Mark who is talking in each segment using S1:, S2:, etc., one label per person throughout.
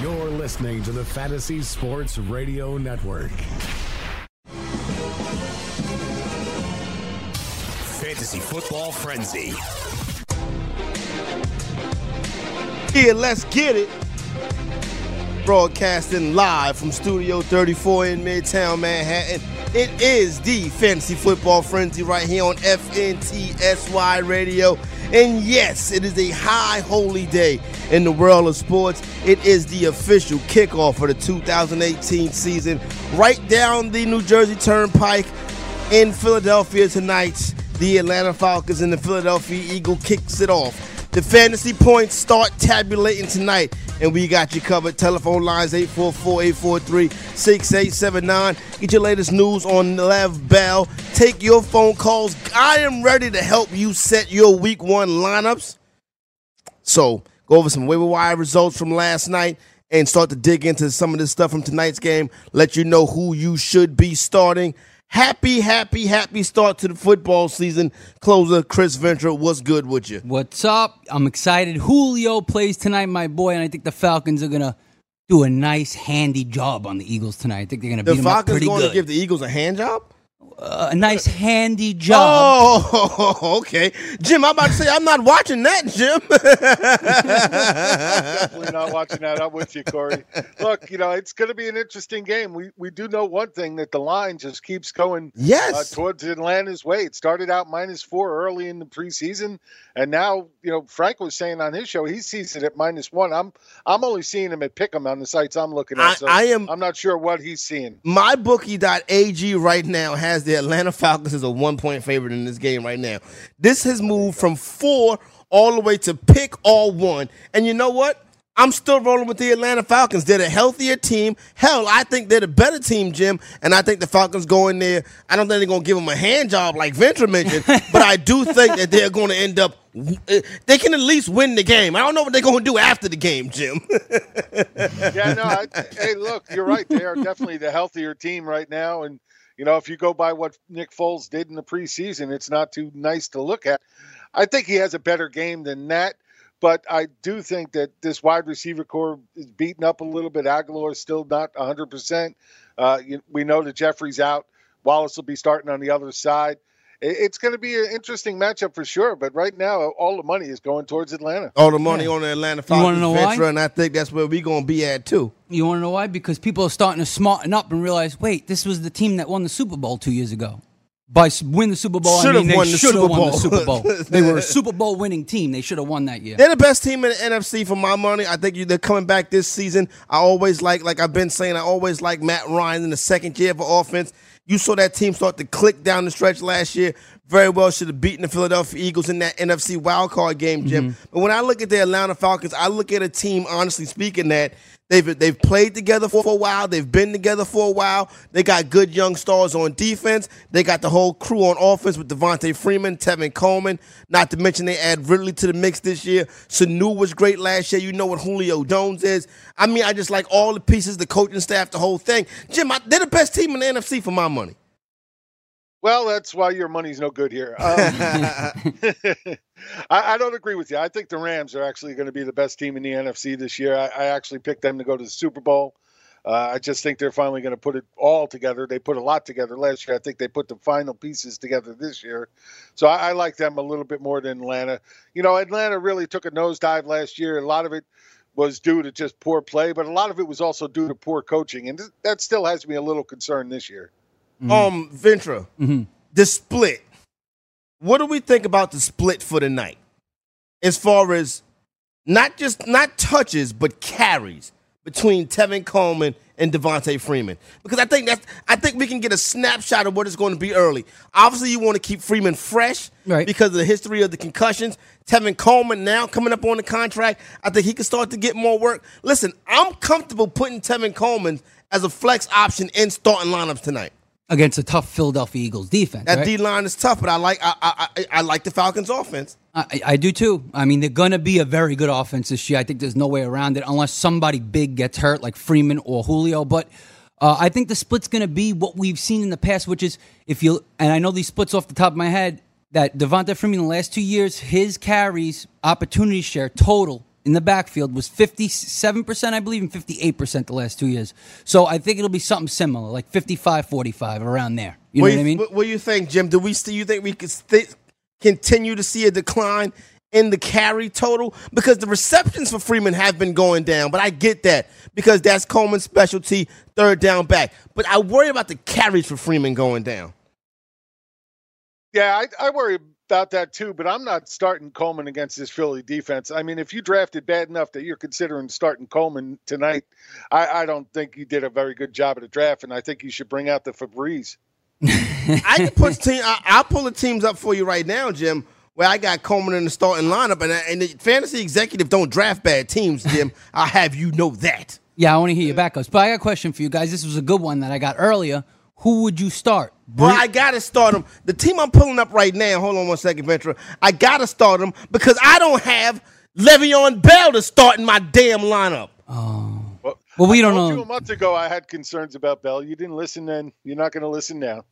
S1: You're listening to the Fantasy Sports Radio Network.
S2: Fantasy Football Frenzy.
S3: Yeah, let's get it. Broadcasting live from Studio 34 in Midtown Manhattan. It is the Fantasy Football Frenzy right here on FNTSY Radio. And yes, it is a high holy day in the world of sports. It is the official kickoff for the 2018 season right down the New Jersey Turnpike in Philadelphia tonight. The Atlanta Falcons and the Philadelphia Eagle kicks it off. The fantasy points start tabulating tonight, and we got you covered. Telephone lines 844-843-6879. Get your latest news on Lev Bell. Take your phone calls. I am ready to help you set your week one lineups. So go over some waiver wire results from last night and start to dig into some of this stuff from tonight's game. Let you know who you should be starting. Happy, happy, happy start to the football season. Closer Chris Ventura, what's good with you?
S4: What's up? I'm excited. Julio plays tonight, my boy, and I think the Falcons are gonna do a nice, handy job on the Eagles tonight. I think they're gonna
S3: The
S4: beat them up
S3: Falcons
S4: pretty
S3: going
S4: good.
S3: to give the Eagles a hand job?
S4: Uh, a nice, handy job.
S3: Oh, okay. Jim, I'm about to say, I'm not watching that, Jim.
S5: We're not watching that. I'm with you, Corey. Look, you know it's going to be an interesting game. We we do know one thing that the line just keeps going uh,
S3: yes.
S5: towards Atlanta's way. It started out minus four early in the preseason, and now you know Frank was saying on his show he sees it at minus one. I'm I'm only seeing him at Pick'em on the sites I'm looking at.
S3: I-
S5: so
S3: I am-
S5: I'm not sure what he's seeing.
S3: MyBookie.ag right now has the Atlanta Falcons as a one point favorite in this game right now. This has moved from four all the way to pick all one. And you know what? I'm still rolling with the Atlanta Falcons. They're the healthier team. Hell, I think they're the better team, Jim. And I think the Falcons go in there. I don't think they're going to give them a hand job like Venture mentioned, but I do think that they're going to end up. They can at least win the game. I don't know what they're going to do after the game, Jim.
S5: Yeah, no. I, hey, look, you're right. They are definitely the healthier team right now, and you know if you go by what Nick Foles did in the preseason, it's not too nice to look at. I think he has a better game than that, but I do think that this wide receiver core is beaten up a little bit. Aguilar is still not 100. Uh, percent Uh, We know that Jeffrey's out. Wallace will be starting on the other side. It- It's going to be an interesting matchup for sure, but right now all the money is going towards Atlanta.
S3: All the money on the Atlanta Falcons
S4: wanna know why?
S3: Ventura, and I think that's where we're gonna be at too.
S4: You want to know why? Because people are starting to smarten up and realize, wait, this was the team that won the Super Bowl two years ago. By s- win the Super Bowl,
S3: Should've
S4: I mean they
S3: won the
S4: should
S3: Super
S4: have won the
S3: Bowl.
S4: Super Bowl. they were a Super Bowl winning team. They should have won that year.
S3: They're the best team in the NFC for my money. I think you, they're coming back this season. I always like, like I've been saying, I always like Matt Ryan in the second year for offense. You saw that team start to click down the stretch last year. Very well should have beaten the Philadelphia Eagles in that NFC wild card game, Jim. But when I look at the Atlanta Falcons, I look at a team, honestly speaking, that They've they've played together for, for a while. They've been together for a while. They got good young stars on defense. They got the whole crew on offense with Devontae Freeman, Tevin Coleman. Not to mention they add Ridley to the mix this year. Sanu was great last year. You know what Julio Jones is. I mean, I just like all the pieces, the coaching staff, the whole thing. Jim, I, they're the best team in the NFC for my money.
S5: Well, that's why your money's no good here. Um, I, I don't agree with you. I think the Rams are actually going to be the best team in the NFC this year. I, I actually picked them to go to the Super Bowl. Uh, I just think they're finally going to put it all together. They put a lot together last year. I think they put the final pieces together this year. So I, I like them a little bit more than Atlanta. You know, Atlanta really took a nosedive last year. A lot of it was due to just poor play, but a lot of it was also due to poor coaching. And th- that still has me a little concerned this year.
S3: Um, Ventra,
S4: Mhm.
S3: the split. What do we think about the split for tonight? As far as not just not touches, but carries. between Tevin Coleman and Devontae Freeman because I think that's I think we can get a snapshot of what it's going to be early. Obviously, you want to keep Freeman fresh
S4: Right.
S3: because of the history of the concussions. Tevin Coleman now coming up on the contract, I think he can start to get more work. Listen, I'm comfortable putting Tevin Coleman as a flex option in starting lineups tonight.
S4: against a tough Philadelphia Eagles defense.
S3: That
S4: right?
S3: D line is tough, but I like I, I I I like the Falcons offense.
S4: I, I do too. I mean, they're going to be a very good offense this year. I think there's no way around it unless somebody big gets hurt, like Freeman or Julio. But uh, I think the split's going to be what we've seen in the past, which is if you, and I know these splits off the top of my head, that Devonta Freeman, the last two years, his carries, opportunity share total in the backfield was 57%, I believe, and 58% the last two years. So I think it'll be something similar, like 55 45, around there. You know
S3: what,
S4: what I
S3: you,
S4: mean?
S3: What, what you think, Jim? Do we see? You think we could st- continue to see a decline in the carry total because the receptions for Freeman have been going down? But I get that because that's Coleman's specialty, third down back. But I worry about the carries for Freeman going down.
S5: Yeah, I, I worry about that too, but I'm not starting Coleman against this Philly defense. I mean, if you drafted bad enough that you're considering starting Coleman tonight, I, I don't think you did a very good job at the draft, and I think you should bring out the Febreze.
S3: I can put team. I, I'll pull the teams up for you right now, Jim. Where I got Coleman in the starting lineup, and, I- and the fantasy executive don't draft bad teams, Jim. I'll have you know that.
S4: Yeah, I want to hear your backups. But I got a question for you guys. This was a good one that I got earlier. Who would you start? Bre-
S3: Well, I gotta start him. The team I'm pulling up right now. Hold on one second, Ventura. I gotta start him because I don't have Le'Veon Bell to start in my damn lineup.
S4: well, we
S5: I
S4: don't
S5: told You a
S4: know.
S5: month ago, I had concerns about Bell. You didn't listen then. You're not going to listen now.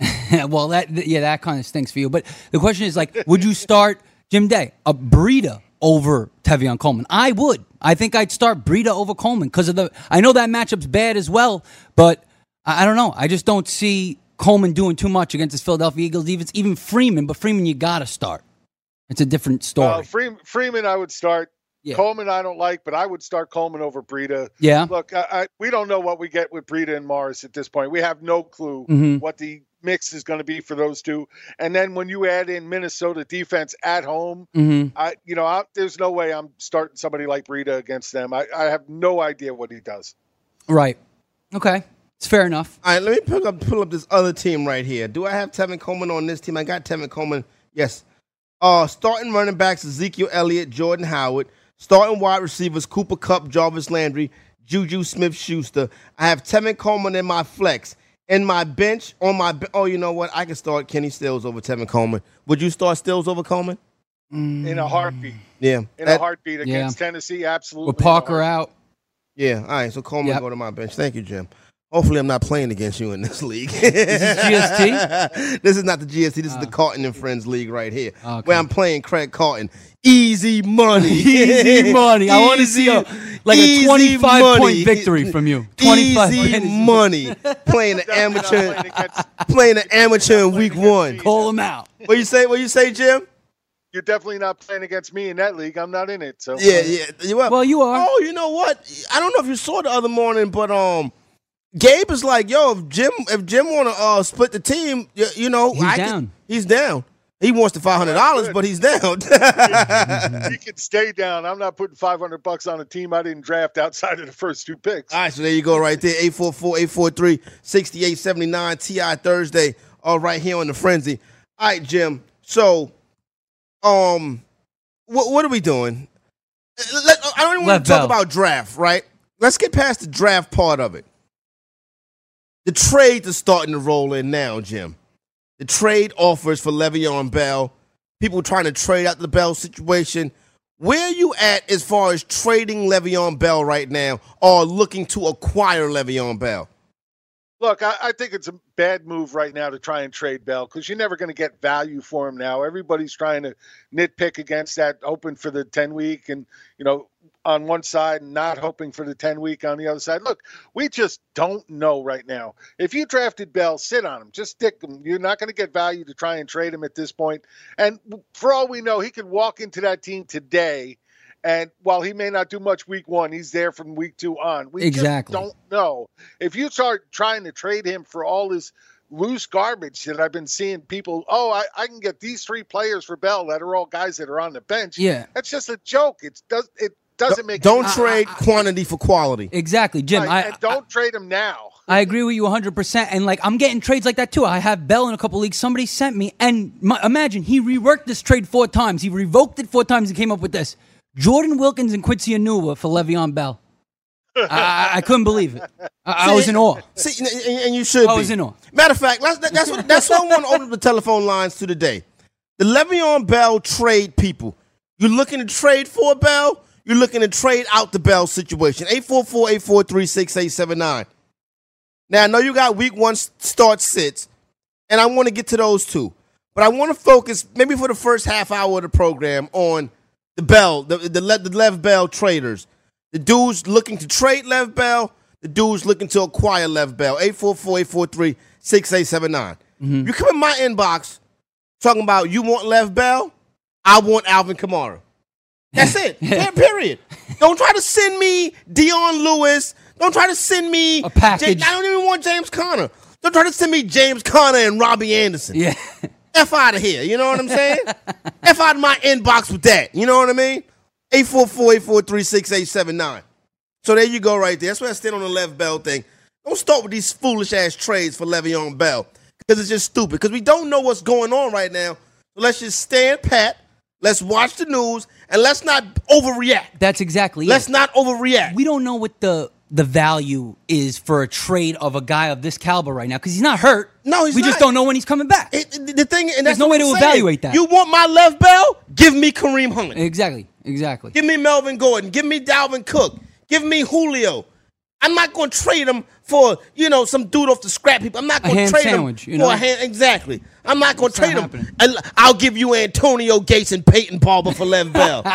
S4: well, that th- yeah, that kind of stinks for you. But the question is, like, would you start Jim Day, a Breida over Tevion Coleman? I would. I think I'd start Breida over Coleman because of the. I know that matchup's bad as well, but I, I don't know. I just don't see Coleman doing too much against this Philadelphia Eagles. Even even Freeman, but Freeman, you gotta start. It's a different story.
S5: Uh, Freeman, Freeman, I would start.
S4: Yeah.
S5: Coleman, I don't like, but I would start Coleman over Breida.
S4: Yeah.
S5: Look, I, I, we don't know what we get with Breida and Morris at this point. We have no clue
S4: Mm-hmm.
S5: what the mix is going to be for those two. And then when you add in Minnesota defense at home,
S4: Mm-hmm.
S5: I, you know, I, there's no way I'm starting somebody like Breida against them. I, I have no idea what he does.
S4: right. Okay. It's fair enough.
S3: All right, let me pull up pull up this other team right here. Do I have Tevin Coleman on this team? I got Tevin Coleman. Yes. Uh, starting running backs Ezekiel Elliott, Jordan Howard. Starting wide receivers Cooper Cup, Jarvis Landry, Juju Smith Schuster. I have Tevin Coleman in my flex. In my bench, on my be- oh, you know what? I can start Kenny Stills over Tevin Coleman. Would you start Stills over Coleman?
S5: In a heartbeat.
S3: Yeah.
S5: In a
S3: That-
S5: heartbeat against Tennessee, absolutely.
S4: With
S5: in a
S4: Parker
S5: heartbeat.
S4: out.
S3: yeah. All right. So Coleman
S4: Yep.
S3: go to my bench. Thank you, Jim. Hopefully, I'm not playing against you in this league.
S4: GST?
S3: this is not the GST. This is the Carton and Friends League right here,
S4: Ah. Okay.
S3: where I'm playing Craig Carton. Easy money,
S4: Easy money. I wanna see a- like a
S3: easy
S4: 25 point victory from you. 25
S3: easy
S4: points.
S3: money. Playing the
S5: Definitely not
S3: amateur,
S5: playing against-
S3: playing the amateur in week one.
S4: Call him out.
S3: What you say? What you say, Jim?
S5: You're definitely not playing against me in that league. I'm not in it. So
S3: Yeah, yeah. You are.
S4: Well, you are.
S3: Oh, you know what? I don't know if you saw the other morning, but um, Gabe is like, yo, if Jim, if Jim want to uh split the team, you, you know,
S4: He's
S3: I can-
S4: down.
S3: he's down. He wants the five hundred dollars, but he's down.
S5: he can stay down. I'm not putting 500 bucks on a team I didn't draft outside of the first two picks.
S3: All right, so there you go, right there. 844-843-6879 TI Thursday. All right, here on the frenzy. All right, Jim. So, um, what what are we doing? Uh, Let, I don't even want
S4: Left
S3: to talk
S4: bell.
S3: about draft, right? Let's get past the draft part of it. The trades are starting to roll in now, Jim. The trade offers for Le'Veon Bell. People trying to trade out the Bell situation. Where you at as far as trading Le'Veon Bell right now or looking to acquire Le'Veon Bell?
S5: Look, I, I think it's a bad move right now to try and trade Bell because you're never going to get value for him now. Everybody's trying to nitpick against that open for the 10 week and, you know, on one side and not hoping for the 10 week on the other side. Look, we just don't know right now. If you drafted Bell, sit on him, just stick him. You're not going to get value to try and trade him at this point. And for all we know, he could walk into that team today. And while he may not do much week one, he's there from week two on. We
S4: Exactly.
S5: just don't know. If you start trying to trade him for all this loose garbage that I've been seeing people, oh, I, I can get these three players for Bell that are all guys that are on the bench.
S4: Yeah.
S5: That's just a joke. It's does it doesn't make
S3: Don't
S5: any-
S3: trade quantity for quality.
S4: Exactly, Jim.
S5: Right,
S4: I,
S5: and don't trade him now.
S4: I agree with you 100%. And like, I'm getting trades like that too. I have Bell in a couple leagues. Somebody sent me, and my, imagine he reworked this trade four times. He revoked it four times and came up with this Jordan Wilkins and Quincy Anua for Le'Veon Bell. I- I, I couldn't believe it. I, I was in awe.
S3: See, and- and, and you should.
S4: I
S3: be.
S4: was in awe.
S3: Matter of fact, let's, that- that's what that's what I want to open up the telephone lines to today. The Le'Veon Bell trade people. You're looking to trade for Bell. You're looking to trade out the Bell situation. 844-843-6879. Now I know you got week one s- start sits, and I want to get to those two, but I want to focus maybe for the first half hour of the program on the Bell, the the, Le- the Lev Bell traders, the dudes looking to trade Lev Bell, the dudes looking to acquire Lev Bell. 844-843-6879.
S4: Mm-hmm.
S3: You come in my inbox talking about you want Lev Bell, I want Alvin Kamara. That's it. Per- Period. Don't try to send me Dion Lewis. Don't try to send me
S4: A package.
S3: Ja- I don't even want James Conner. Don't try to send me James Conner and Robbie Anderson.
S4: Yeah.
S3: F out of here. You know what I'm saying? F out of my inbox with that. You know what I mean? 844-843-6879. So there you go right there. That's why I stand on the Lev Bell thing. Don't start with these foolish ass trades for Le'Veon Bell. Because it's just stupid. Because we don't know what's going on right now. So let's just stand pat. Let's watch the news and let's not overreact.
S4: That's exactly it.
S3: Let's not overreact.
S4: we don't know what the the value is for a trade of a guy of this caliber right now because he's not hurt.
S3: No, he's
S4: we just
S3: not.
S4: don't know when he's coming back.
S3: It- it- the thing, and that's
S4: no
S3: what
S4: way
S3: I'm
S4: to
S3: saying.
S4: evaluate that.
S3: You want my Lev Bell? Give me Kareem Hunt.
S4: exactly, exactly.
S3: Give me Melvin Gordon. Give me Dalvin Cook. Give me Julio. I'm not going to trade him for you know some dude off the scrap heap. I'm not going to
S4: ham
S3: trade
S4: sandwich,
S3: him
S4: you
S3: for
S4: know?
S3: a hand. Exactly. I'm not going to
S4: not
S3: trade him.
S4: happening.
S3: I'll- I'll give you Antonio Gates and Peyton Barber for Lev Bell.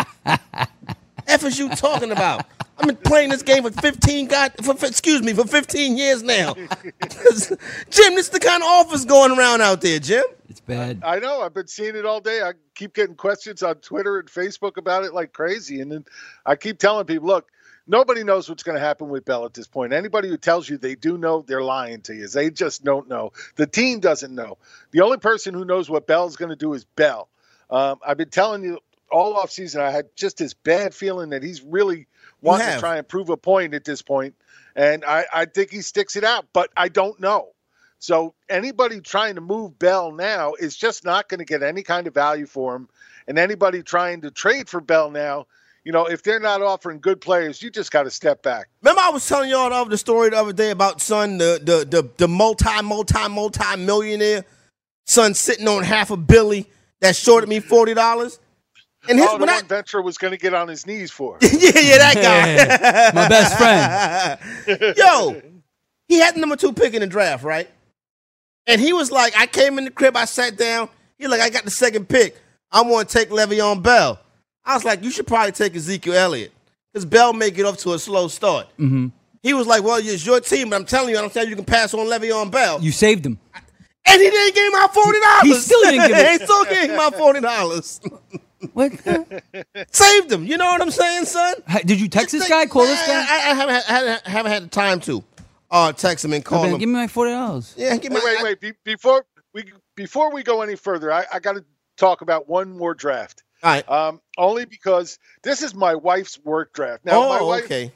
S3: F is you talking about? I've been playing this game for 15 god for, for- excuse me for 15 years now. Jim, this is the kind of offers going around out there, Jim.
S4: It's bad.
S5: I know. I've been seeing it all day. I keep getting questions on Twitter and Facebook about it like crazy. And then I keep telling people, look, nobody knows what's going to happen with Bell at this point. Anybody who tells you they do know, they're lying to you. They just don't know. The team doesn't know. The only person who knows what Bell's going to do is Bell. Um, I've been telling you all offseason, I had just this bad feeling that he's really wanting to
S3: have.
S5: try and prove a point at this point. And I, I think he sticks it out, but I don't know. So anybody trying to move Bell now is just not going to get any kind of value for him. And anybody trying to trade for Bell now, you know, if they're not offering good players, you just got to step back.
S3: Remember, I was telling y'all the other the story the other day about son, the the the, the multi multi multi millionaire son sitting on half a billy that shorted me forty dollars. And his
S5: Oh, the
S3: when I,
S5: one Ventura was going to get on his knees for.
S3: yeah yeah that
S4: My best friend.
S3: guy yo he had the number two pick in the draft right, and he was like I came in the crib I sat down he like I got the second pick I want to take Le'Veon Bell I was like you should probably take Ezekiel Elliott because Bell may get off to a slow start.
S4: Mm-hmm.
S3: He was like, "Well, it's your team, but I'm telling you, I don't tell you, you can pass on Le'Veon Bell."
S4: You saved him.
S3: and he didn't give him my forty dollars.
S4: He still didn't give it.
S3: he still gave him my forty dollars.
S4: What? the-
S3: Saved him. You know what I'm saying, son?
S4: Hi- Did you text this
S3: Like,
S4: guy? Call this
S3: I-
S4: guy?
S3: I, I haven't, had, haven't- haven't had the time to uh, text him and call
S4: Man,
S3: him.
S4: give me my forty dollars.
S3: yeah, give me.
S5: Hey, wait, wait. Be- before we before we go any further, I, I got to talk about one more draft.
S3: All right.
S5: Um, only because this is my wife's work draft. Now, my
S3: oh,
S5: wife,
S3: okay.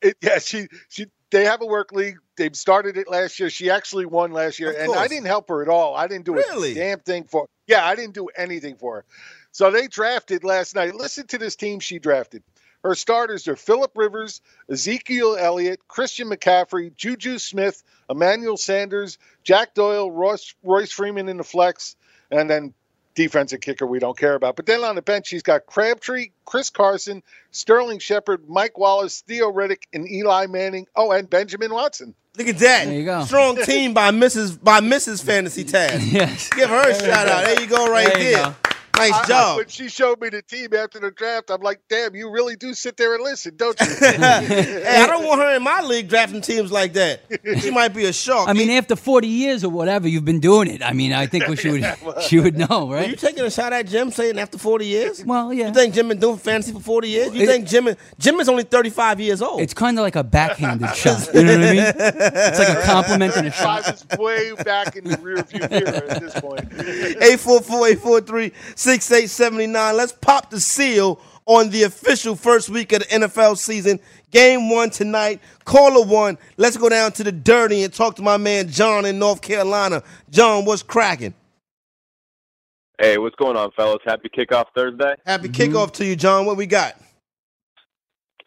S5: it, yeah, she she they have a work league. They started it last year. She actually won last year,
S3: Of
S5: and I
S3: course.
S5: didn't help her at all. I didn't do
S3: Really?
S5: a damn thing for. Yeah, I didn't do anything for her. So they drafted last night. Listen to this team she drafted. Her starters are Philip Rivers, Ezekiel Elliott, Christian McCaffrey, Juju Smith, Emmanuel Sanders, Jack Doyle, Royce, Royce Freeman in the flex, and then defensive kicker we don't care about. But then on the bench, she's got Crabtree, Chris Carson, Sterling Shepard, Mike Wallace, Theo Riddick, and Eli Manning. Oh, and Benjamin Watson.
S3: Look at that.
S4: There you go.
S3: Strong team by Mrs. by Mrs. Fantasy Taz.
S4: Yes.
S3: Give her a shout out. There you go, right
S4: There
S3: there.
S4: you go.
S3: Nice
S5: I- I-
S3: job.
S5: when she showed me the team after the draft, I'm like, damn, you really do sit there and listen, don't you?
S3: Hey, I don't want her in my league drafting teams like that. She might be a shark.
S4: I mean, after forty years or whatever, you've been doing it. I mean, I think she would she would know,
S3: Are you
S4: right?
S3: taking a shot at Jim saying after 40 years?
S4: Well, yeah.
S3: You think Jim been doing fantasy for 40 years? You
S4: It-
S3: think Jim Jim is only 35 years old?
S4: It's kind of like a backhanded shot. You know what I mean? It's like a compliment and a
S5: I
S4: shot.
S5: was way back in the rearview mirror at this point.
S3: 844-843-6879. Let's pop the seal on the official first week of the NFL season. Game one tonight. Caller one. Let's go down to the dirty and talk to my man John in North Carolina. John, what's cracking?
S6: Hey, what's going on, fellas? Happy kickoff Thursday.
S3: Happy kickoff to you, John. What we got?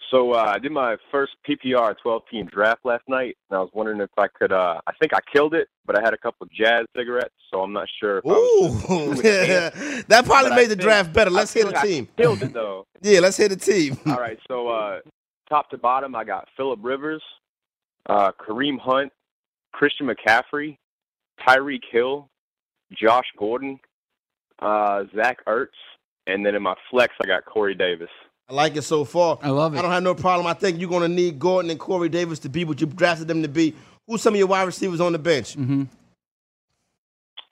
S6: So uh, I did my first PPR 12-team draft last night, and I was wondering if I could. Uh, I think I killed it, but I had a couple of Jazz cigarettes, so I'm not sure. If I was just
S3: Oh, Ooh,
S6: consuming it.
S3: that probably
S6: But I
S3: made the
S6: think-
S3: draft better. Let's
S6: I
S3: hear
S6: feel
S3: the
S6: like I
S3: team.
S6: killed it though.
S3: Yeah, let's hear the team.
S6: All right, so uh, top to bottom, I got Philip Rivers, uh, Kareem Hunt, Christian McCaffrey, Tyreek Hill, Josh Gordon, uh, Zach Ertz, and then in my flex, I got Corey Davis.
S3: I like it so far.
S4: I love it.
S3: I don't have no problem. I think you're going to need Gordon and Corey Davis to be what you drafted them to be. Who's some of your wide receivers on the bench?
S4: Mm-hmm.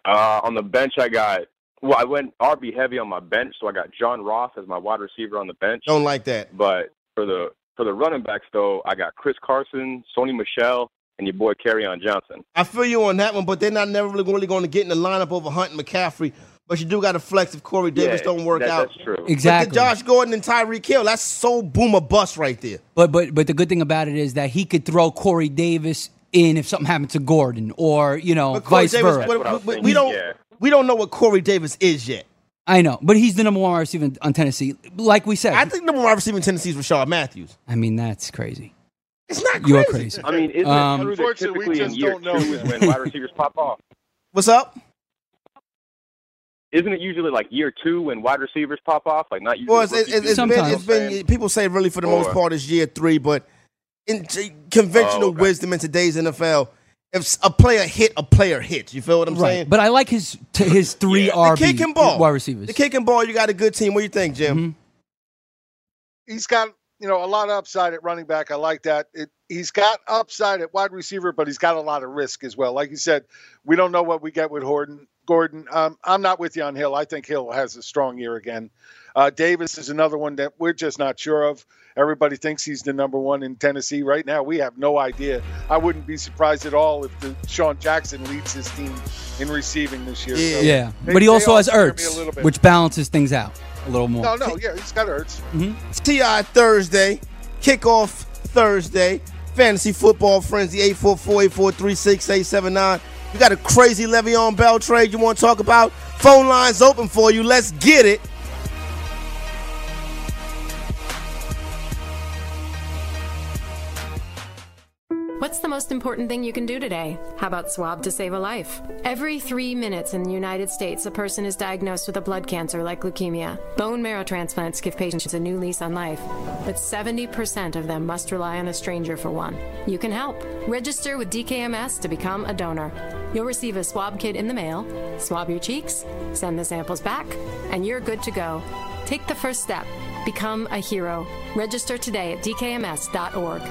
S6: Uh, on the bench, I got well, I went RB heavy on my bench, so I got John Ross as my wide receiver on the bench.
S3: Don't like that.
S6: But for the for the running backs though, I got Chris Carson, Sony Michelle, and your boy on Johnson.
S3: I feel you on that one, but they're not never really going, really going to get in the lineup over Hunt and McCaffrey. But you do got to flex if Corey Davis
S6: Yeah,
S3: don't work
S6: that-
S3: out.
S6: That's true.
S3: But the
S4: Exactly.
S3: Josh Gordon and Tyreek Hill, that's so boomer bust right there.
S4: But but but the good thing about it is that he could throw Corey Davis in if something happened to Gordon or you know
S3: But Corey
S4: vice
S3: Davis,
S4: versa.
S3: we-
S6: what I was
S3: we, we
S6: thinking,
S3: don't
S6: yeah.
S3: we don't know what Corey Davis is yet.
S4: I know, but he's the number one wide receiver on Tennessee. Like we said,
S3: I think number one receiver in Tennessee is Rashad Matthews.
S4: I mean that's crazy.
S3: It's not crazy.
S4: You're crazy.
S6: I mean, isn't
S4: Um,
S6: it true that
S5: Unfortunately, we
S6: typically in
S5: just
S6: year
S5: don't know
S6: two is
S5: yet.
S6: when wide receivers pop off?
S3: What's up?
S6: Isn't it usually like year two when wide receivers pop off? Like not usually.
S3: Well, it's,
S6: rookie
S3: it's, it's
S6: season,
S3: been,
S6: you know what
S3: it's
S6: I'm
S3: been
S6: saying?
S3: people say really for the most
S6: Or-
S3: part it's year three, but in t- conventional
S6: Oh, okay.
S3: wisdom in today's NFL, if s- a player hit, a player hits. You feel what I'm saying?
S4: But I like his t- his three
S3: the
S4: RB
S3: kick and ball,
S4: wide receivers. Mm-hmm.
S3: The kick and ball, you got a good team. What do you think, Jim?
S5: he's got you know a lot of upside at running back. I like that. It, he's got upside at wide receiver, but he's got a lot of risk as well. Like you said, we don't know what we get with Gordon. Gordon, um, I'm not with you on Hill. I think Hill has a strong year again. Uh, Davis is another one that we're just not sure of. Everybody thinks he's the number one in Tennessee right now. We have no idea. I wouldn't be surprised at all if the Sean Jackson leads his team in receiving this year. So
S3: Yeah.
S4: yeah,
S5: they-
S4: but he
S5: they
S4: also
S5: all
S4: has
S5: scare me a little
S4: Ertz,
S5: bit.
S4: which balances things out a little more.
S5: No, no, yeah, he's got Hurts.
S3: Ti Thursday, kickoff Thursday, fantasy football frenzy eight four four eight four three six eight seven nine. You got a crazy Le'Veon Bell trade you want to talk about? Phone lines open for you. Let's get it.
S7: What's the most important thing you can do today? How about swab to save a life? Every three minutes in the United States, a person is diagnosed with a blood cancer like leukemia. Bone marrow transplants give patients a new lease on life, but 70% of them must rely on a stranger for one. You can help. Register with DKMS to become a donor. You'll receive a swab kit in the mail, swab your cheeks, send the samples back, and you're good to go. Take the first step. Become a hero. Register today at dkms.org.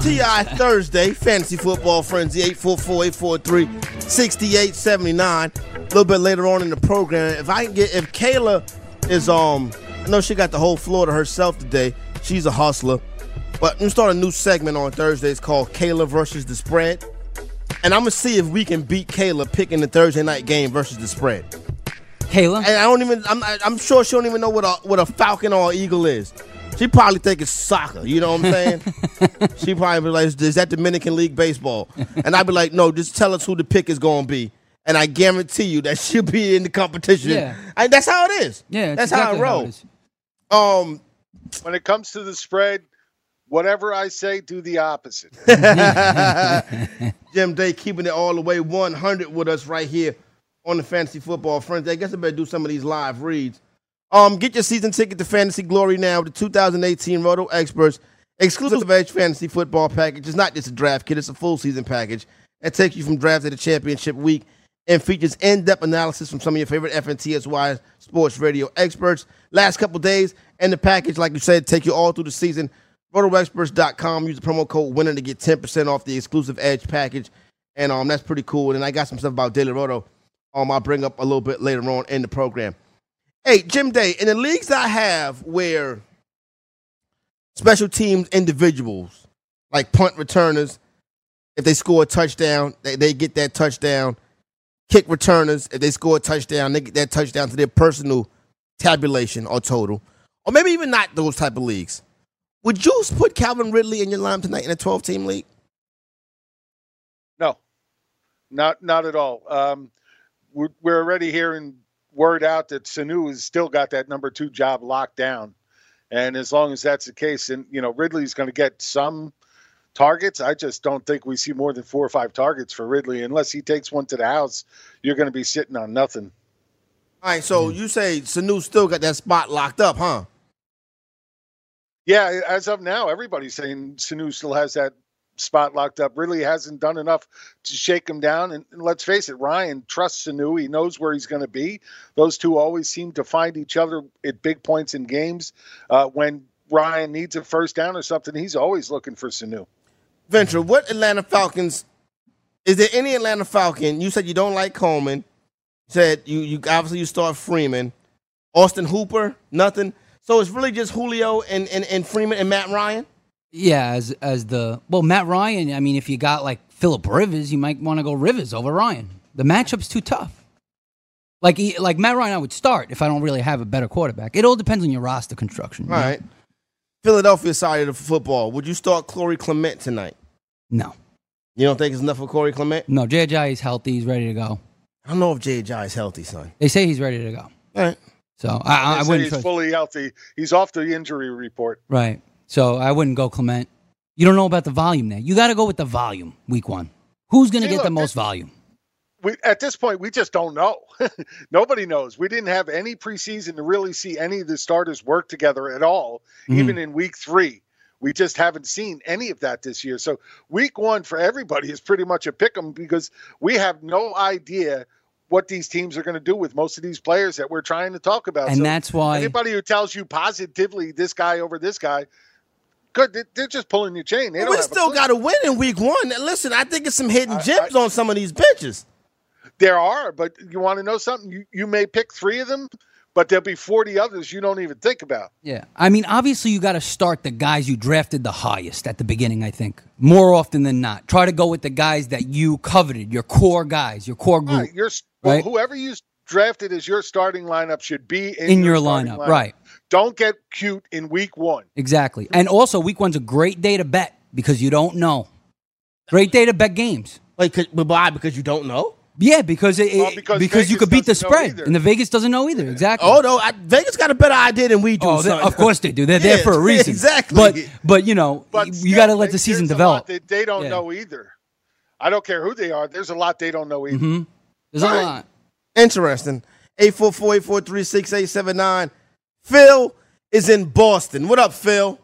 S3: Ti Thursday, fantasy football frenzy 844-843-6879. A little bit later on in the program, if I can get if Kayla is um, I know she got the whole floor to herself today. She's a hustler, but we start a new segment on Thursdays called Kayla versus the spread, and I'm gonna see if we can beat Kayla picking the Thursday night game versus the spread.
S4: Kayla,
S3: And I don't even. I'm, I- I'm sure she don't even know what a what a falcon or an eagle is. She probably think it's soccer. You know what I'm saying? she probably be like, "Is that Dominican League baseball?" And I'd be like, "No, just tell us who the pick is going to be." And I guarantee you that she'll be in the competition.
S4: Yeah.
S3: And that's how it is.
S4: yeah,
S3: that's
S4: that's exactly
S3: how
S4: how
S3: I
S4: it
S3: roll.
S4: is.
S3: um,
S5: When it comes to the spread, whatever I say, do the opposite.
S3: Jim Day keeping it all the way 100 with us right here on the Fantasy Football Friends. I guess I better do some of these live reads. Um, get your season ticket to Fantasy Glory now. with The 2018 Roto Experts exclusive of Edge Fantasy Football package. It's not just a draft kit; it's a full season package that takes you from draft to the championship week and features in-depth analysis from some of your favorite FNTSY sports radio experts. Last couple days, and the package, like you said, take you all through the season. RotoExperts.com. Use the promo code WINNER to get 10% off the exclusive Edge package. And um, that's pretty cool. And I got some stuff about Daily Roto um, I'll bring up a little bit later on in the program. Hey, Jim Day, in the leagues I have where special teams individuals, like punt returners, If they score a touchdown, they, they get that touchdown. Kick returners, if they score a touchdown, they get that touchdown to their personal tabulation or total. Or maybe even not those type of leagues. Would you put Calvin Ridley in your lineup tonight in a 12 team league?
S5: No, not not at all. Um, we're, we're already hearing word out that Sanu has still got that number two job locked down, and as long as that's the case, and you know Ridley's going to get some targets. I just don't think we see more than four or five targets for Ridley unless he takes one to the house. You're going to be sitting on nothing.
S3: All right, so you say Sanu still got that spot locked up, huh?
S5: Yeah, as of now, everybody's saying Sanu still has that spot locked up. Really hasn't done enough to shake him down. And, and let's face it, Ryan trusts Sanu. He knows where he's going to be. Those two always seem to find each other at big points in games. Uh, when Ryan needs a first down or something, he's always looking for Sanu.
S3: Venture, what Atlanta Falcons is there any Atlanta Falcon? You said you don't like Coleman. You said you you obviously you start Freeman. Austin Hooper, nothing. So it's really just Julio and, and, and Freeman and Matt Ryan?
S4: Yeah, as as the well, Matt Ryan. I mean, if you got like Philip Rivers, you might want to go Rivers over Ryan. The matchup's too tough. Like he, like Matt Ryan, I would start if I don't really have a better quarterback. It all depends on your roster construction. you
S3: All
S4: know?
S3: right. Philadelphia side of the football. Would you start Corey Clement tonight?
S4: No,
S3: You don't think it's enough for Corey Clement?
S4: no. JJ is healthy. He's ready to go.
S3: I don't know if J.J. is healthy, son.
S4: They say he's ready to go.
S3: All right.
S4: So I, I, I
S5: They say
S4: wouldn't
S5: he's
S4: trust.
S5: fully healthy. He's off the injury report.
S4: right. So I wouldn't go Clement. You don't know about the volume there. You got to go with the volume week one. Who's going to
S5: See,
S4: get the
S5: look,
S4: most
S5: this-
S4: volume?
S5: we, at this point, we just don't know. Nobody knows. We didn't have any preseason to really see any of the starters work together at all,
S4: Mm-hmm.
S5: even in week three. We just haven't seen any of that this year. So, week one for everybody is pretty much a pick 'em because we have no idea what these teams are going to do with most of these players that we're trying to talk about.
S4: And
S5: So
S4: that's why-
S5: anybody who tells you positively this guy over this guy, good, they- they're just pulling your chain. They don't
S3: We
S5: have a
S3: still
S5: clue.
S3: got to win in week one. Now, Listen, I think it's some hidden
S5: I-
S3: gems
S5: I-
S3: on some of these benches.
S5: There are, but you want to know something? You, you may pick three of them, but there'll be 40 others you don't even think about.
S4: Yeah. I mean, obviously, you got to start the guys you drafted the highest at the beginning, I think, more often than not. Try to go with the guys that you coveted, your core guys, your core
S5: All
S4: group.
S5: right, you're, s-
S4: Right.
S5: Whoever you s- drafted as your starting lineup should be in,
S4: In your
S5: starting
S4: lineup, right.
S5: Don't get cute in week one.
S4: exactly. And also, week one's a great day to bet because you don't know. Great day to bet games.
S3: Like, 'cause- but why? Because you don't know.
S4: Yeah, because it,
S5: Well,
S4: it- because,
S5: because
S4: you
S5: Vegas
S4: could beat the
S5: doesn't know
S4: spread,
S5: either.
S4: and the Vegas doesn't know either. Exactly.
S3: Oh no, I, Vegas got a better idea than we do.
S4: Oh, they-
S3: son.
S4: of course they do. They're there
S3: Yeah,
S4: for a reason.
S3: exactly.
S4: But but you know,
S5: But
S4: you got to
S5: still,
S4: let the
S5: there's
S4: season
S5: a lot
S4: develop.
S5: that they don't
S4: Yeah.
S5: know either. I don't care who they are. There's a lot they don't know either.
S4: Mm-hmm. There's a lot.
S3: Interesting. Eight four four eight four three six eight seven nine. Phil is in Boston. What up, Phil?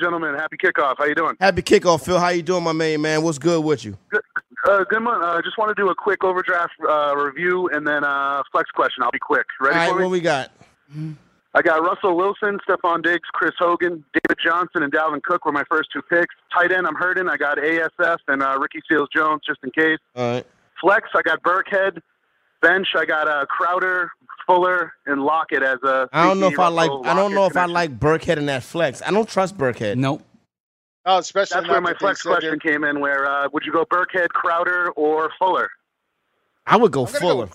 S8: Gentlemen, happy kickoff. How you doing?
S3: Happy kickoff, Phil. How you doing, my main man? What's good with you?
S8: Good, uh, good month. I uh, just want to do a quick overdraft uh, review and then uh, flex question. I'll be quick. Ready
S3: All right,
S8: for me?
S3: what we got?
S8: I got Russell Wilson, Stephon Diggs, Chris Hogan, David Johnson, and Dalvin Cook were my first two picks. Tight end, I'm hurting. I got ASF and uh, Ricky Seals Jones just in case.
S3: All right.
S8: Flex, I got Burkhead. Bench, I got uh, Crowder, Fuller, and Lockett as a.
S3: I don't know if I like.
S8: Russell
S3: I don't know if
S8: Lockett
S3: I
S8: connection.
S3: like Burkhead in that flex. I don't trust Burkhead.
S4: Nope.
S5: Oh, especially
S8: That's where
S5: not
S8: my
S5: that they
S8: flex
S5: said they're-
S8: question came in. Where uh, would you go, Burkhead, Crowder, or Fuller?
S3: I would go
S5: I'm gonna
S3: Fuller.
S5: go-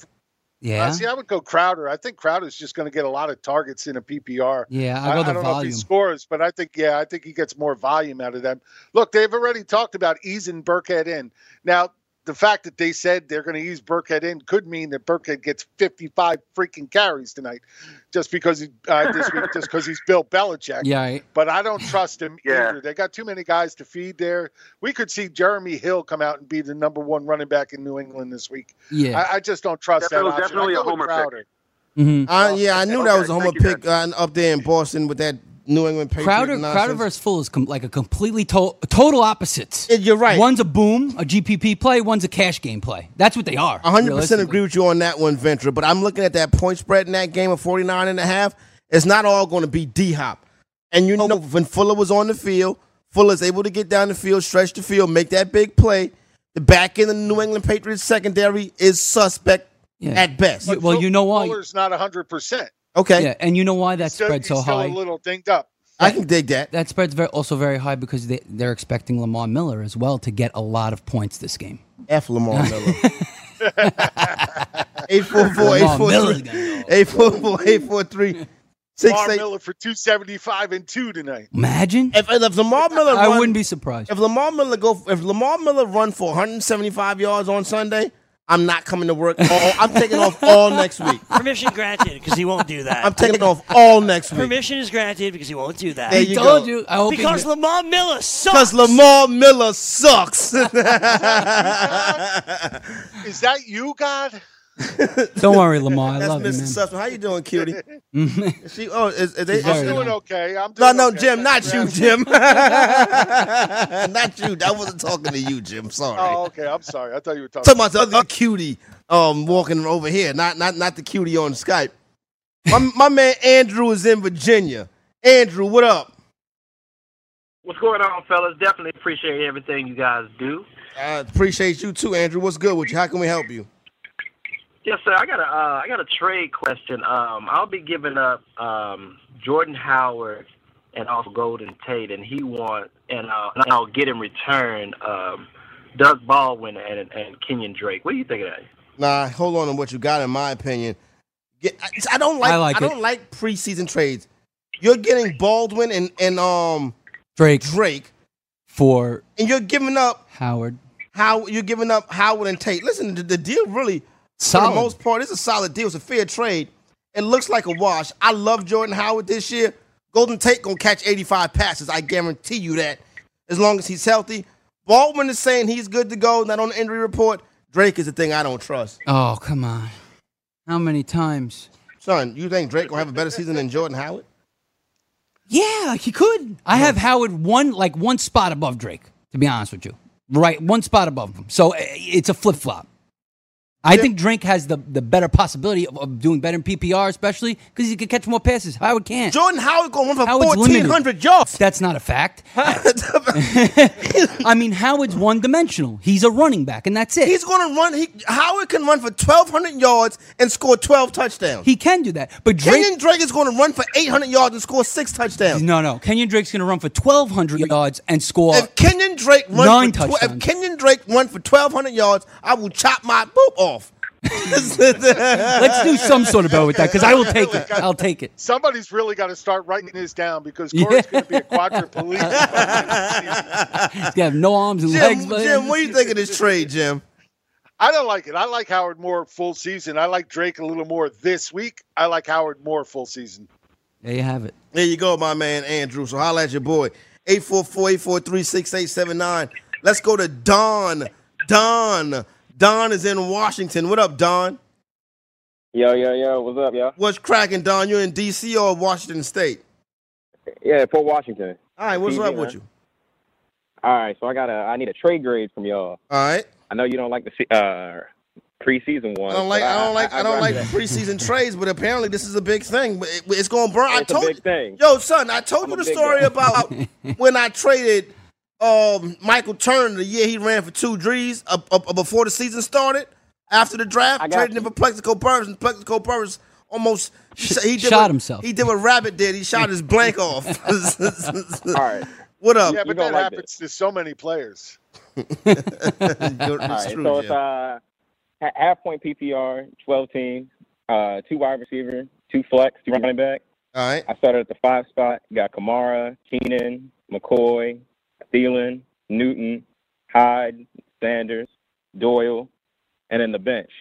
S4: Yeah.
S5: Uh, see, I would go Crowder. I think Crowder's just going to get a lot of targets in a PPR.
S4: Yeah, I'll
S5: I,
S4: go the
S5: I don't know if
S4: volume.
S5: he scores, but I think yeah, I think he gets more volume out of them. Look, they've already talked about easing Burkhead in. Now, the fact that they said they're going to ease Burkhead in could mean that Burkhead gets 55 freaking carries tonight, just because he, uh, this week, just because he's Bill Belichick.
S4: Yeah. I-
S5: But I don't trust him
S8: Yeah.
S5: either. They got too many guys to feed there. We could see Jeremy Hill come out and be the number one running back in New England this week.
S4: Yeah.
S5: I, I just don't trust
S8: Definitely-
S5: that. Option.
S8: definitely
S5: I
S8: a
S5: go with
S8: homer pick.
S5: Crowder.
S4: Mhm.
S3: Uh, yeah, I knew that
S8: Okay,
S3: was a homer
S8: thank you,
S3: pick uh, up there in Boston with that New England Patriots.
S4: Crowder,
S3: nonsense.
S4: Crowder versus Full is com- like a completely to- total opposites.
S3: Yeah, you're right.
S4: One's a boom, a GPP play. One's a cash game play. That's what they are.
S3: A 100%
S4: realistically.
S3: agree with you on that one, Ventra, but I'm looking at that point spread in that game of 49 and a half. It's not all going to be D Hop. And you know, when Fuller was on the field, Fuller's able to get down the field, stretch the field, make that big play. The back end of the New England Patriots secondary is suspect
S4: Yeah.
S3: at best.
S4: Well, you know why?
S5: Fuller's not 100%.
S3: Okay.
S4: Yeah, and you know why that
S5: He's still-
S4: spread so
S5: he's still
S4: high?
S5: a little dinged up.
S3: I can dig that.
S4: That spread's very, also very high because they, they're expecting Lamar Miller as well to get a lot of points this game.
S3: F Lamar Miller. 844
S4: Lamar Miller's gonna
S3: 843 844 843
S5: Lamar
S3: 68
S5: Miller for 275 and 2 tonight.
S4: Imagine.
S3: If, if Lamar Miller
S4: I
S3: run-
S4: wouldn't be surprised.
S3: If Lamar Miller go, if Lamar Miller run for 175 yards on Sunday, I'm not coming to work. all- I'm taking off all next week.
S9: Permission granted because he won't do that.
S3: I'm taking off all next week
S9: Permission is granted because he won't do that.
S3: There
S4: I
S3: you
S4: told
S3: go.
S4: you. I hope he
S9: because
S4: mi-
S9: Lamar Miller sucks.
S3: because Lamar Miller sucks.
S5: Is that you, God?
S4: Don't worry, Lamar. I
S3: That's
S4: love you,
S3: Mr.
S4: man.
S3: Sussman. How you doing, cutie? she, oh, is, is they,
S4: very nice.
S3: is-
S5: Doing okay. I'm
S3: no,
S5: doing
S3: no,
S5: okay.
S3: Jim, not
S5: Thanks for
S3: you,
S5: asking.
S3: Jim. not you. I wasn't talking to you, Jim. Sorry.
S5: Oh, okay. I'm sorry. I thought you were talking.
S3: talking about the other cutie um walking over here, not not not the cutie on Skype. My my man Andrew is in Virginia. Andrew, what up?
S10: What's going on, fellas? Definitely appreciate everything you guys do.
S3: I appreciate you too, Andrew. What's good with you? How can we help you?
S10: Yes, sir. I got a uh, I got a trade question. Um, I'll be giving up um, Jordan Howard and also Golden Tate, and he want and, uh, and I'll get in return um, Doug Baldwin and and Kenyon Drake. What do you think of that?
S3: Nah, hold on to what you got. In my opinion, Get- I, I don't like I,
S4: I like it.
S3: don't like preseason trades. You're getting Baldwin and and um
S4: Drake
S3: Drake,
S4: for
S3: and you're giving up
S4: Howard.
S3: how you're giving up Howard and Tate. Listen, the, the deal really for
S4: Solid.
S3: the most part, it's a solid deal. It's a fair trade. It looks like a wash. I love Jordan Howard this year. Golden Tate gonna catch 85 passes. I guarantee you that. As long as he's healthy. Baldwin is saying he's good to go, not on the injury report. Drake is the thing I don't trust.
S4: Oh, come on. How many times?
S3: Son, you think Drake will have a better season than Jordan Howard?
S4: Yeah, like he could. I have Howard one, like one spot above Drake, to be honest with you. Right, one spot above him. So eh, it's a flip flop. I think Drake has the, the better possibility of, of doing better in PPR, especially because he could catch more passes. Howard can't.
S3: Jordan Howard gonna run for
S4: Howard's
S3: 1,400
S4: limited.
S3: yards.
S4: That's not a fact. I mean, Howard's one dimensional. He's a running back, and that's it.
S3: he's gonna run. He, Howard can run for 1,200 yards and score 12 touchdowns.
S4: he can do that. But Drake.
S3: Kenyon Drake is gonna run for 800 yards and score six touchdowns.
S4: no, no. Kenyon Drake's going to run for 1,200 yards and score.
S3: If Kenyon Drake run
S4: Nine
S3: for tw- if
S4: touchdowns.
S3: Kenyon Drake run for twelve hundred yards, I will chop my boob off.
S4: Let's do some sort of bet with that because I will take it. I'll take it.
S5: Somebody's really got to start writing this down because Corey's going to be a quadriplegic.
S4: He's gonna have no arms and legs.
S3: Jim,
S4: but-
S3: Jim, what do you think of this trade, Jim?
S5: I don't like it. I like Howard Moore full season. I like Drake a little more this week. I like Howard Moore full season.
S4: There you have it.
S3: There you go, my man Andrew. So holla at your boy. 844-843-6879. Let's go to Don. Don. Don is in Washington. What up, Don?
S6: Yo, yo, yo. What's up, yo?
S3: What's cracking, Don? You're in DC or Washington State?
S6: Yeah, Port Washington.
S3: All right, what's
S6: TV,
S3: up with
S6: man.
S3: you?
S6: All right, so I got a. I need a trade grade from y'all.
S3: All right.
S6: I know you don't like the se- uh, preseason one.
S3: I don't like I don't like I don't like preseason trades, but apparently this is a big thing. But it- it's going to burn. I
S6: It's a
S3: told
S6: big
S3: you-
S6: thing.
S3: Yo, son, I told
S6: I'm
S3: you
S6: a
S3: the
S6: big
S3: story
S6: guy.
S3: about when I traded um, Michael Turner the year he ran for two threes up, up, up uh, before the season started. After the draft,
S6: got
S3: traded him
S6: you.
S3: for Plexico Burris, and Plexico Burris almost he did
S4: shot
S3: what-
S4: himself.
S3: He did what Rabbit did. He shot his blank off.
S6: All right,
S3: What up?
S5: Yeah, but
S6: don't
S5: that
S6: like
S5: happens to so many players.
S3: You're-
S6: all
S3: it's
S6: right.
S3: true,
S6: so it's
S3: yeah.
S6: uh, ha- half point PPR, twelve team, uh, two wide receiver, two flex, two running back.
S3: All right.
S6: I started at the five spot. Got Kamara, Keenan, McCoy, Thielen, Newton, Hyde, Sanders, Doyle, and then the bench.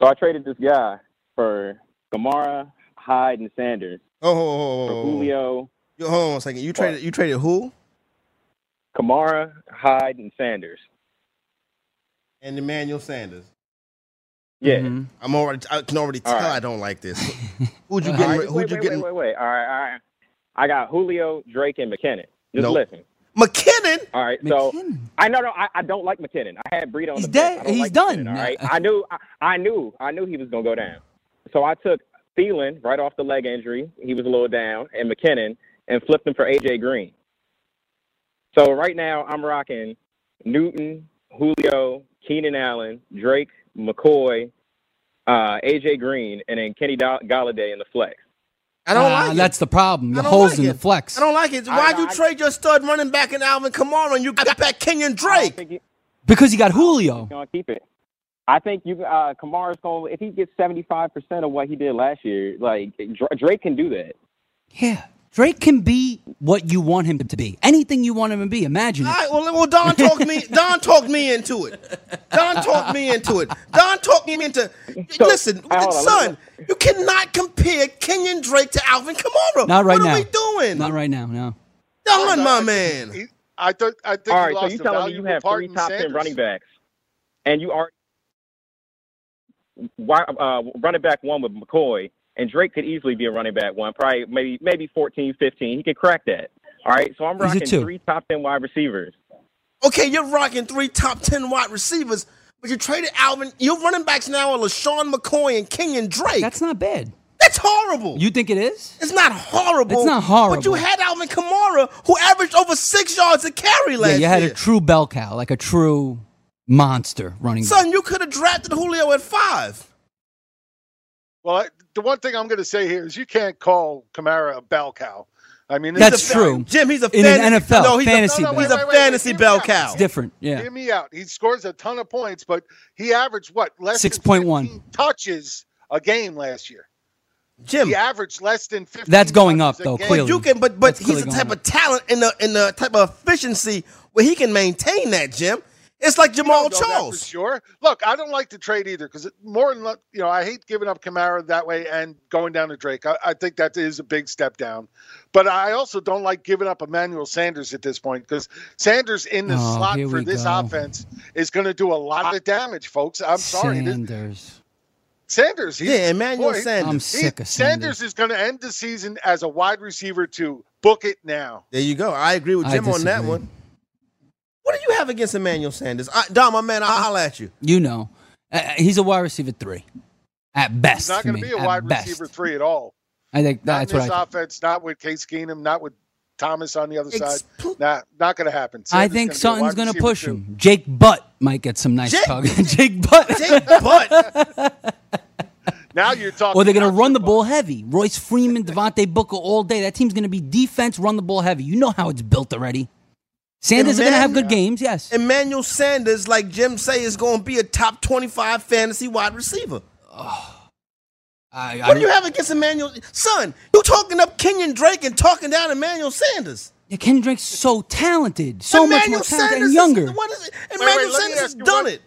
S6: So I traded this guy for Kamara, Hyde, and Sanders
S3: Oh, hold,
S6: for
S3: hold, hold, hold.
S6: Julio,
S3: Yo, hold on a second. You traded you traded who?
S6: Kamara, Hyde, and Sanders.
S3: And Emmanuel Sanders.
S6: Yeah.
S3: I'm already. I can already tell
S6: All right.
S3: I don't like this. Who'd you
S6: All
S3: get?
S6: right, just
S3: Who'd
S6: wait,
S3: you
S6: wait,
S3: get?
S6: wait, wait, wait. All right, all right. I got Julio, Drake, and McKinnon. Just
S3: Nope.
S6: listen.
S3: McKinnon.
S6: All right, so
S4: McKinnon.
S6: I know, no, I, I don't like McKinnon. I had Breed on
S4: He's
S6: the bench.
S4: dead.
S6: I don't
S4: He's
S6: like
S4: done.
S6: McKinnon, all right, I knew, I, I knew, I knew he was gonna go down. So I took Thielen right off the leg injury. He was a little down, and McKinnon, and flipped him for AJ Green. So right now I'm rocking Newton, Julio, Keenan Allen, Drake, McCoy, uh, AJ Green, and then Kenny Doll- Galladay in the flex.
S3: I don't
S4: Ah,
S3: like it.
S4: That's the problem. The
S3: I don't
S4: holes
S3: like
S4: in
S3: it.
S4: the flex.
S3: I don't like it. Why'd you trade your stud running back in Alvin Kamara and you got back Kenyon Drake?
S4: Because he got Julio.
S6: Gonna keep it. I think you uh, Kamara's going to if he gets seventy five percent of what he did last year, like Dra- Drake can do that.
S4: Yeah. Drake can be what you want him to be. Anything you want him to be. Imagine
S3: All
S4: it.
S3: right, well, well, Don talked me. Don talked me into it. Don talked me into it. Don talked me into. listen,
S6: hold on,
S3: son, you cannot compare Kenyon Drake to Alvin Kamara.
S4: Not right
S3: what
S4: now.
S3: are we doing?
S4: Not right now. No.
S5: Oh,
S3: Don, my man.
S5: He- I, th- I think
S6: All right,
S5: he
S6: so
S5: lost
S6: you
S5: a
S6: telling me you
S5: valuable
S6: have
S5: part
S6: three
S5: in
S6: top ten
S5: Sanders.
S6: running backs, and you are why uh, running back one with McCoy, and Drake could easily be a running back one, probably maybe maybe 14, 15. He could crack that. All right, so I'm
S4: He's a
S6: rocking
S4: two.
S6: three top ten wide receivers.
S3: Okay, you're rocking three top ten wide receivers, but you traded Alvin. Your running backs now are LaShawn McCoy and Kenyon Drake.
S4: That's
S3: That's,
S4: not bad.
S3: horrible.
S4: You think it is?
S3: it's not horrible.
S4: It's not horrible.
S3: But you had Alvin Kamara, who averaged over six yards a carry last
S4: yeah, you had
S3: year.
S4: a true bell cow, like a true monster running back.
S3: Son, you could have drafted Julio at five.
S5: Well, I, the one thing I'm going to say here is you can't call Kamara a bell cow. I mean,
S4: That's
S5: it's a-
S4: true.
S3: Jim, he's a
S4: In
S3: fantasy,
S4: an NFL,
S3: no, he's
S4: fantasy
S3: A, no, no, he's
S5: bell.
S3: a fantasy
S5: Wait, wait, wait,
S3: bell
S5: wait,
S3: cow.
S4: It's different. Yeah.
S5: Hear me out. He scores a ton of points, but he averaged what less than
S4: 6.1.
S5: 15 touches a game last year.
S3: Jim,
S5: He averaged less than 15.
S4: That's going up,
S5: touches a
S4: though,
S5: game.
S4: clearly.
S3: you can, but but
S4: That's
S3: he's
S4: clearly
S3: the
S4: going
S3: type
S4: on.
S3: of talent and the and the type of efficiency where he can maintain that. Jim, it's like
S5: We don't
S3: Jamal
S5: know that for
S3: Charles.
S5: sure. Look, I don't like to trade either because more than le- you know, I hate giving up Kamara that way and going down to Drake. I, I think that is a big step down, but I also don't like giving up Emmanuel Sanders at this point because Sanders in the
S4: Oh,
S5: slot
S4: here
S5: for
S4: we
S5: this
S4: go.
S5: offense is going to do a lot of damage, folks. I'm sorry, This-
S4: Sanders.
S5: Sanders. he's-
S3: Yeah, Emmanuel
S5: boy,
S3: Sanders.
S4: I'm
S5: he-
S4: sick of
S5: Sanders
S4: Sanders.
S5: is going to end the season as a wide receiver to book it now.
S3: There you go. I agree with
S4: I
S3: Jim on that
S4: disagree.
S3: one. What do you have against Emmanuel Sanders? I, Don, my man, I'll holler at you.
S4: You know, Uh, he's a wide receiver three, at best.
S5: He's not
S4: for
S5: going
S4: me,
S5: to be a
S4: at
S5: wide
S4: best.
S5: receiver three at all.
S4: I think
S5: Not
S4: that's
S5: in
S4: what I.
S5: this offense, not with Case Keenum, not with Thomas on the other
S3: Ex-
S5: side. Not not going to happen.
S4: I think
S5: Sanders gonna be a
S4: something's
S5: wide
S4: going to
S5: receiver
S4: push
S5: too.
S4: him. Jake Butt might get some nice
S3: Jake-
S4: talk. Jake Butt.
S3: Jake Butt.
S5: Now you're talking.
S4: Or they're going to
S5: about
S4: run the
S5: football.
S4: ball heavy. Royce Freeman, Devontae Booker all day. That team's going to be defense, run the ball heavy. You know how it's built already. Sanders are going to have good games, yes.
S3: Emmanuel Sanders, like Jim say, is going to be a top twenty-five fantasy wide receiver.
S4: I, I,
S3: What do you have against Emmanuel? Son, you talking up Kenyon Drake and talking down Emmanuel Sanders.
S4: Yeah, Kendrake's so talented, so much
S3: Emmanuel
S4: more talented
S3: Sanders
S4: and
S3: is-
S4: younger.
S3: what is it?
S5: wait,
S3: Emmanuel
S5: let me
S3: Sanders
S5: ask
S3: has
S5: you
S3: done
S5: one-
S3: it.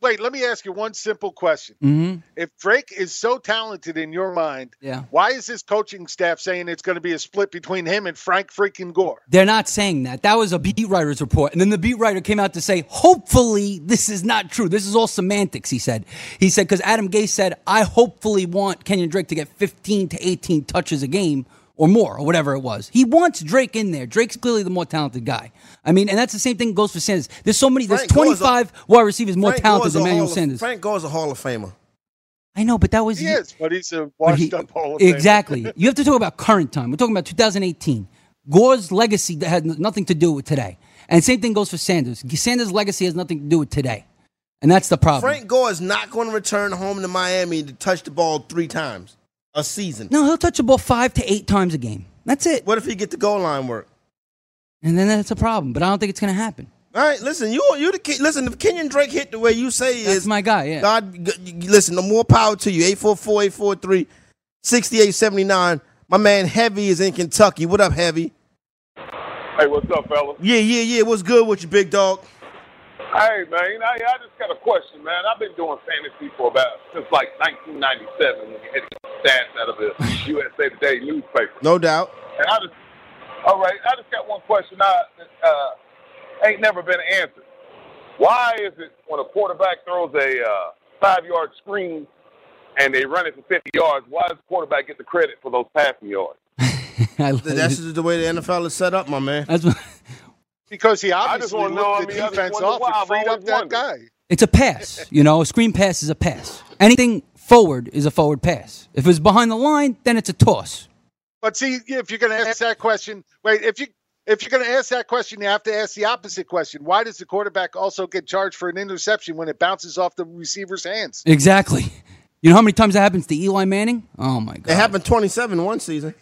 S5: Wait, let me ask you one simple question.
S4: Mhm.
S5: If Drake is so talented in your mind,
S4: Yeah.
S5: why is his coaching staff saying it's going to be a split between him and Frank freaking Gore?
S4: They're not saying that. That was a beat writer's report. And then the beat writer came out to say, hopefully, this is not true. This is all semantics, he said. He said, because Adam Gay said, I hopefully want Kenyon Drake to get 15 to 18 touches a game or more, or whatever it was. He wants Drake in there. Drake's clearly the more talented guy. I mean, and that's the same thing goes for Sanders. There's so many, there's
S3: Frank Gore is a-
S4: 25 wide receivers more
S3: Frank
S4: talented
S3: Gore's a
S4: than Emmanuel
S3: Hall of-
S4: Sanders.
S3: Frank Gore's a Hall of Famer.
S4: I know, but that was
S5: He is, but he's a
S4: but
S5: washed
S4: he-
S5: up Hall of Famer.
S4: exactly. you have to talk about current time. We're talking about 2018. Gore's legacy that had nothing to do with today. And same thing goes for Sanders. Sanders' legacy has nothing to do with today. And that's the problem.
S3: Frank Gore is not going to return home to Miami to touch the ball three times a season.
S4: no, he'll touch the ball five to eight times a game. That's it.
S3: What if he get the goal line work?
S4: And then that's a problem. But I don't think it's going to happen.
S3: All right, listen, you you the kid. Listen, if Kenyon Drake hit the way you say he
S4: That's
S3: is,
S4: my guy, yeah.
S3: God, g- g- listen, the more power to you. 844 843 6879. My man Heavy is in Kentucky. What up, Heavy?
S8: Hey, what's up, fellas?
S3: Yeah, yeah, yeah. What's good with you, big dog?
S8: Hey man, I, I just got a question, man. I've been doing fantasy for about since like 1997 when you had the stats out of the USA Today newspaper.
S3: No doubt.
S8: And I just, all right, I just got one question. I uh, ain't never been answered. Why is it when a quarterback throws a uh, five-yard screen and they run it for 50 yards? Why does the quarterback get the credit for those passing yards?
S4: I love
S3: That's
S4: it.
S3: just the way the NFL is set up, my man.
S4: That's what-
S5: Because he
S8: just
S5: obviously
S8: wanna
S5: looked
S8: know, I
S5: the
S8: mean, I just
S5: defense
S8: wonder
S5: off
S8: why.
S5: and
S8: I've
S5: freed up
S8: always
S5: that
S8: wondered.
S5: guy.
S4: it's a pass. You know, a screen pass is a pass. Anything forward is a forward pass. If it's behind the line, then it's a toss.
S5: But see, if you're going to ask that question, wait, if you if you're going to ask that question, you have to ask the opposite question. Why does the quarterback also get charged for an interception when it bounces off the receiver's hands?
S4: Exactly. You know how many times that happens to Eli Manning? Oh my god,
S3: It happened 27 one season.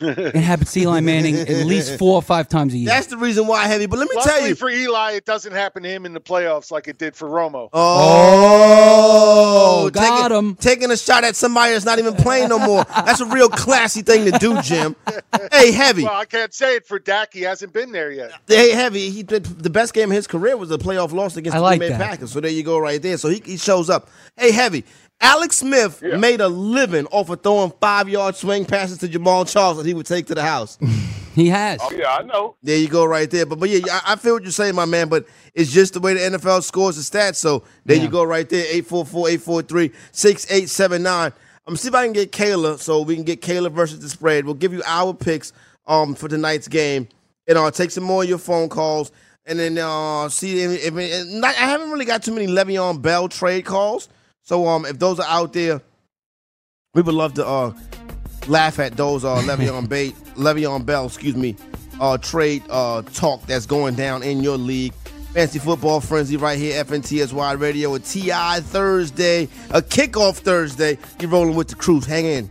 S4: it happens to Eli Manning at least four or five times a year.
S3: That's the reason why heavy. But let me
S5: Luckily
S3: tell you.
S5: for Eli, it doesn't happen to him in the playoffs like it did for Romo.
S3: Oh,
S4: Oh, got
S3: taking,
S4: him.
S3: Taking a shot at somebody that's not even playing no more. That's a real classy thing to do, Jim. hey, heavy.
S5: Well, I can't say it for Dak. He hasn't been there yet.
S3: Hey, heavy. He did, the best game of his career was a playoff loss against
S4: I
S3: the
S4: like
S3: Green Bay
S4: that.
S3: Packers. So there you go, right there. So he, he shows up. Hey, heavy. Alex Smith made a living off of throwing five yard swing passes to Jamal Charles that he would take to the house.
S4: He has.
S8: Oh yeah, I know.
S3: There you go, right there. But but yeah, I, I feel what you're saying, my man. But it's just the way the NFL scores the stats. So there you
S4: Yeah.
S3: go, right there. 844-843-6879. I'm see if I can get Kayla, so we can get Kayla versus the spread. We'll give you our picks um for tonight's game, and I'll take some more of your phone calls, and then uh see if, if and not, I haven't really got too many Le'Veon Bell trade calls. So um if those are out there, we would love to uh laugh at those uh, Le'Veon, ba- Le'Veon Bell, excuse me, uh, trade uh, talk that's going down in your league. Fancy Football Frenzy right here, FNTSY Radio, a TI Thursday, a kickoff Thursday. You're rolling with the crews. Hang in.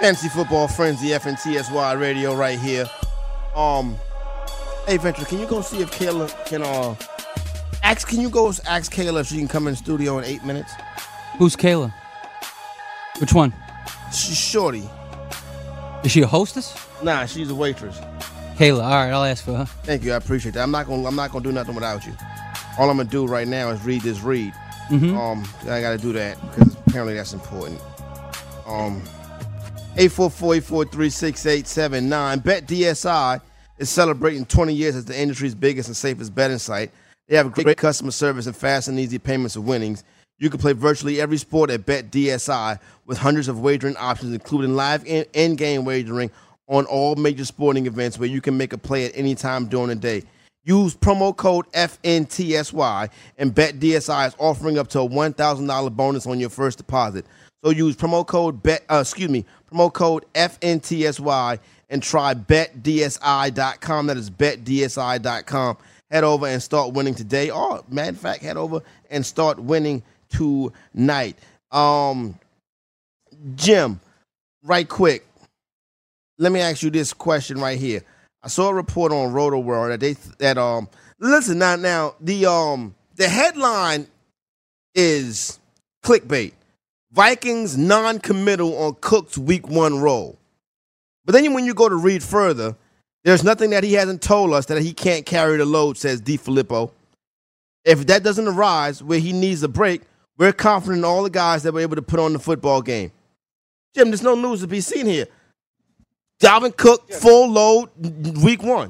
S3: Fantasy Football Frenzy, FNTSY Radio right here. Um, hey Venture, can you go see if Kayla can uh ask? Can you go ask Kayla if she can come in the studio in eight minutes?
S4: Who's Kayla? Which one?
S3: She's shorty.
S4: Is she a hostess?
S3: Nah, she's a waitress.
S4: Kayla. All right, I'll ask for her.
S3: Thank you. I appreciate that. I'm not gonna I'm not gonna do nothing without you. All I'm gonna do right now is read this read. Um, I gotta do that because apparently that's important. Um, 844-843-6879. Bet DSI is celebrating 20 years as the industry's biggest and safest betting site. They have great customer service and fast and easy payments of winnings. You can play virtually every sport at Bet DSI with hundreds of wagering options, including live in- in-game wagering on all major sporting events where you can make a play at any time during the day. Use promo code FNTSY and BetDSI is offering up to a $1,000 bonus on your first deposit. So use promo code bet, uh, excuse me, promo code FNTSY and try betdsi.com. That is betdsi.com. Head over and start winning today. Or, matter of fact, head over and start winning tonight. Um, Jim, right quick, let me ask you this question right here. I saw a report on Roto World that they that um listen now now the um the headline is clickbait. Vikings non-committal on Cook's week one role. But then when you go to read further, there's nothing that he hasn't told us that he can't carry the load, says D. Filippo. If that doesn't arise where he needs a break, we're confident in all the guys that were able to put on the football game. Jim, there's no news to be seen here. Dalvin Cook, full load, n- week one.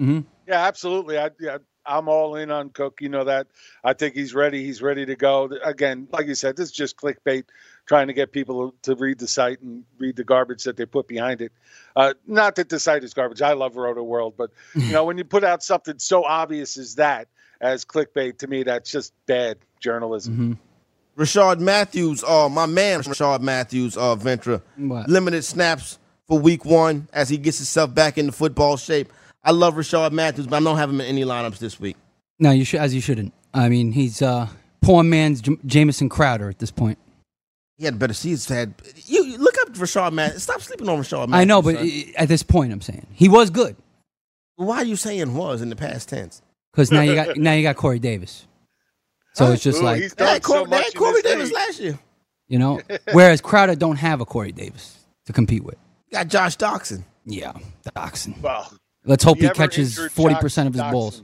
S4: Mm-hmm.
S5: Yeah, absolutely. I, yeah, I'm all in on Cook. You know that. I think he's ready. He's ready to go. Again, like you said, this is just clickbait, trying to get people to read the site and read the garbage that they put behind it. Uh, not that the site is garbage. I love Roto World, but you know when you put out something so obvious as that as clickbait, to me that's just bad journalism.
S4: Mm-hmm.
S3: Rashard Matthews, uh, my man, Rashard Matthews, uh, Ventra,
S4: What?
S3: limited snaps for week one as he gets himself back into football shape. I love Rashard Matthews, but I don't have him in any lineups this week.
S4: No, you should, as you shouldn't. I mean, he's uh, poor man's J- Jameson Crowder at this point.
S3: He had better season. Had you you look up Rashard Matthews? Stop sleeping on Rashard. Matthews,
S4: I know, but
S3: son.
S4: i- at this point, I'm saying he was good
S3: why are you saying was in the past tense?
S4: because now you got now you got Corey Davis. So it's just
S5: Ooh,
S4: like
S5: he's
S3: They
S5: done
S3: had, Cor-
S5: so
S3: they
S5: much.
S3: had
S5: in
S3: Corey
S5: this
S3: Davis
S5: league.
S3: last year.
S4: you know, whereas Crowder don't have a Corey Davis to compete with.
S3: Got Josh Doxson.
S4: Yeah, the oxen.
S5: Well,
S4: Let's hope he
S5: ever
S4: catches
S5: injured
S4: forty
S5: Josh
S4: percent of his
S5: Doxson?
S4: balls.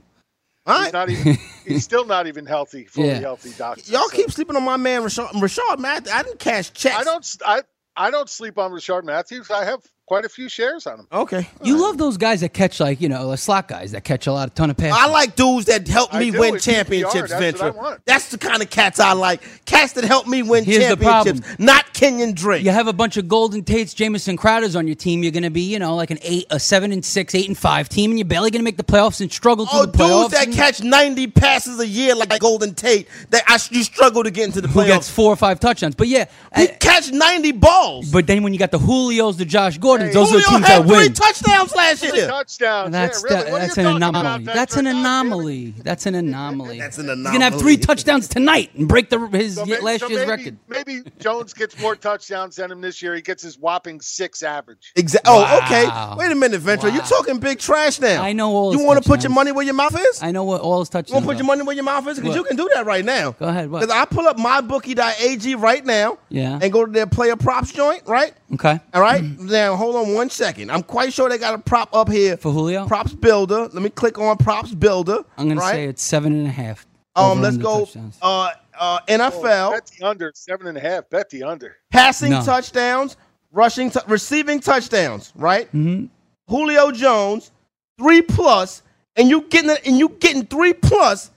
S5: He's not even. he's still not even healthy, fully
S3: Yeah.
S5: healthy, doctor.
S3: Y'all
S5: so.
S3: keep sleeping on my man Rashard. Rashard Mathis. I didn't cash checks.
S5: I don't. s- I I don't sleep on Richard Matthews. I have quite a few shares on him.
S3: Okay.
S4: You love those guys that catch like you know the slot guys that catch a lot of ton of passes.
S3: I like dudes that help
S5: I
S3: me
S5: do,
S3: win
S5: it's PPR,
S3: championships,
S5: that's what
S3: Venture.
S5: I want.
S3: That's the kind of cats I like. Cats that help me win
S4: Here's the problem.
S3: championships, not Kenyon Drake.
S4: You have a bunch of Golden Tates, Jamison Crowders on your team. You're going to be, you know, like an eight, a seven and six, eight and five team, and you're barely going to make the playoffs and struggle through
S3: Oh,
S4: the playoffs.
S3: dudes that
S4: and
S3: catch 90 passes a year like Golden Tate that I, you struggle to get into the
S4: who gets
S3: playoffs.
S4: four or five touchdowns. But yeah,
S3: He
S4: I-
S3: catch 90 balls.
S4: but then when you got the Julios, the Josh Gordons, those
S3: Julio
S4: are the teams
S3: had
S4: that
S3: three
S4: win.
S3: touchdowns last
S5: Three
S3: year.
S5: touchdowns.
S4: That's
S5: yeah, really?
S4: that-
S5: What are
S4: that's
S5: you
S4: an
S5: talking about,
S4: anomaly.
S5: Ventura?
S4: That's an
S5: God damn it.
S4: anomaly. That's an anomaly.
S3: That's an
S4: He's gonna have three
S3: anomaly.
S4: touchdowns tonight and break the his
S5: So
S4: ye-
S5: may-
S4: last
S5: so
S4: year's
S5: maybe,
S4: record.
S5: Maybe Jones gets more touchdowns than him this year. He gets his whopping six average.
S3: Exactly. Oh,
S4: Wow.
S3: okay. Wait a minute, Venture. You're
S4: Wow.
S3: talking big trash now.
S4: I know all
S3: You
S4: his
S3: want to put your
S4: touchdowns.
S3: money where your mouth is?
S4: I know what all his
S3: You want
S4: touchdowns.
S3: to put your
S4: are.
S3: money where your mouth is? Because
S4: What?
S3: you can do that right now.
S4: Go ahead, what?
S3: Because I pull up mybookie.ag right now
S4: Yeah. Mm-hmm.
S3: and go to their player props joint, right?
S4: Okay.
S3: All right. Now, hold on one second. I'm quite sure they got a prop up here.
S4: For Julio?
S3: Props Builder. Let me click on Props Builder.
S4: I'm gonna
S3: right?
S4: say it's seven and a half.
S3: Um,
S4: over
S3: let's
S4: under
S3: go.
S4: touchdowns.
S3: Uh, uh, NFL
S5: Bet the under seven and a half. Bet the under.
S3: passing
S4: No.
S3: touchdowns, rushing, tou- receiving touchdowns. Right.
S4: Mm-hmm.
S3: Julio Jones three plus, and you getting and you getting three plus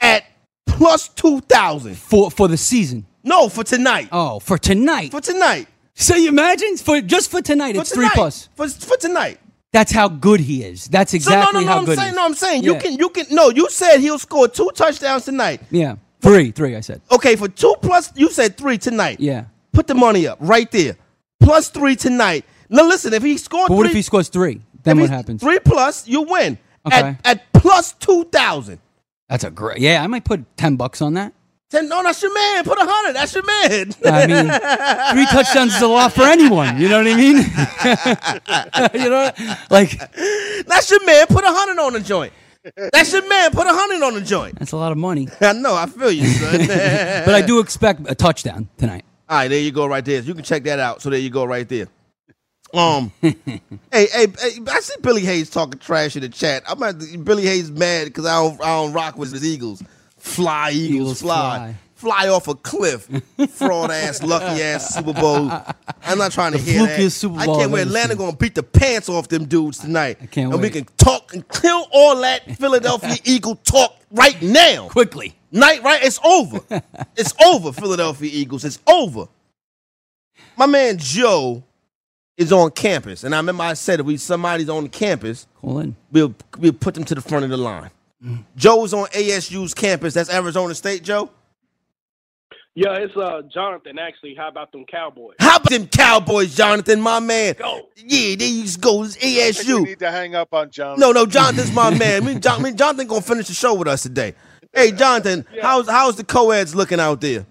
S3: at plus two thousand.
S4: for for the season.
S3: No, for tonight.
S4: Oh, for tonight.
S3: For tonight.
S4: so you imagine for just for tonight,
S3: For
S4: it's
S3: tonight.
S4: three plus.
S3: For, for tonight.
S4: That's how good he is. That's exactly
S3: so no, no, no.
S4: how
S3: I'm
S4: good.
S3: saying,
S4: he is.
S3: no, I'm saying you
S4: Yeah.
S3: can, you can. No, you said he'll score two touchdowns tonight.
S4: Yeah, three, three. I said.
S3: Okay, for two plus, you said three tonight.
S4: Yeah.
S3: Put the money up right there. Plus three tonight. Now listen, if he scored
S4: But what
S3: three,
S4: if he scores three? Then
S3: if
S4: what
S3: he-
S4: happens?
S3: Three plus, you win.
S4: Okay.
S3: At, at plus two thousand.
S4: That's a great. Yeah, I might put ten bucks on that.
S3: Ten, no, that's your man. Put a hundred. That's your man.
S4: I mean, three touchdowns is a lot for anyone. You know what I mean? you know, like
S3: that's your man. Put a hundred on the joint. That's your man. Put a hundred on the joint.
S4: that's a lot of money.
S3: I know. I feel you, son.
S4: But I do expect a touchdown tonight.
S3: All right, there you go, right there. You can check that out. So there you go, right there. Um, hey, hey, hey, I see Billy Hayes talking trash in the chat. I'm at Billy Hayes mad because I don't, I don't rock with his Eagles. Fly Eagles,
S4: Eagles
S3: fly. fly, off a cliff. Fraud ass, lucky ass Super Bowl. I'm not trying to
S4: The
S3: hear that.
S4: flukiest Super
S3: I
S4: Bowl
S3: can't
S4: I've
S3: wait.
S4: ever
S3: Atlanta
S4: seen.
S3: gonna beat the pants off them dudes tonight.
S4: I can't
S3: and we
S4: wait.
S3: can talk and kill all that Philadelphia Eagle talk right now
S4: Quickly.
S3: night, right? It's over. it's over, Philadelphia Eagles. It's over. My man Joe is on campus, and I remember I said if we somebody's on campus,
S4: Call in.
S3: we'll we'll put them to the front of the line. Joe's on ASU's campus. That's Arizona State, Joe.
S11: Yeah, it's uh Jonathan actually. How about them Cowboys?
S3: How about them Cowboys, Jonathan, my man?
S11: Go.
S3: Yeah, they used to go. It's
S5: I think we
S3: ASU.
S5: need to hang up on John.
S3: No, no, Jonathan's my man. Me, and John, me and Jonathan gonna finish the show with us today. Hey, Jonathan, how's how's the co-eds looking out there?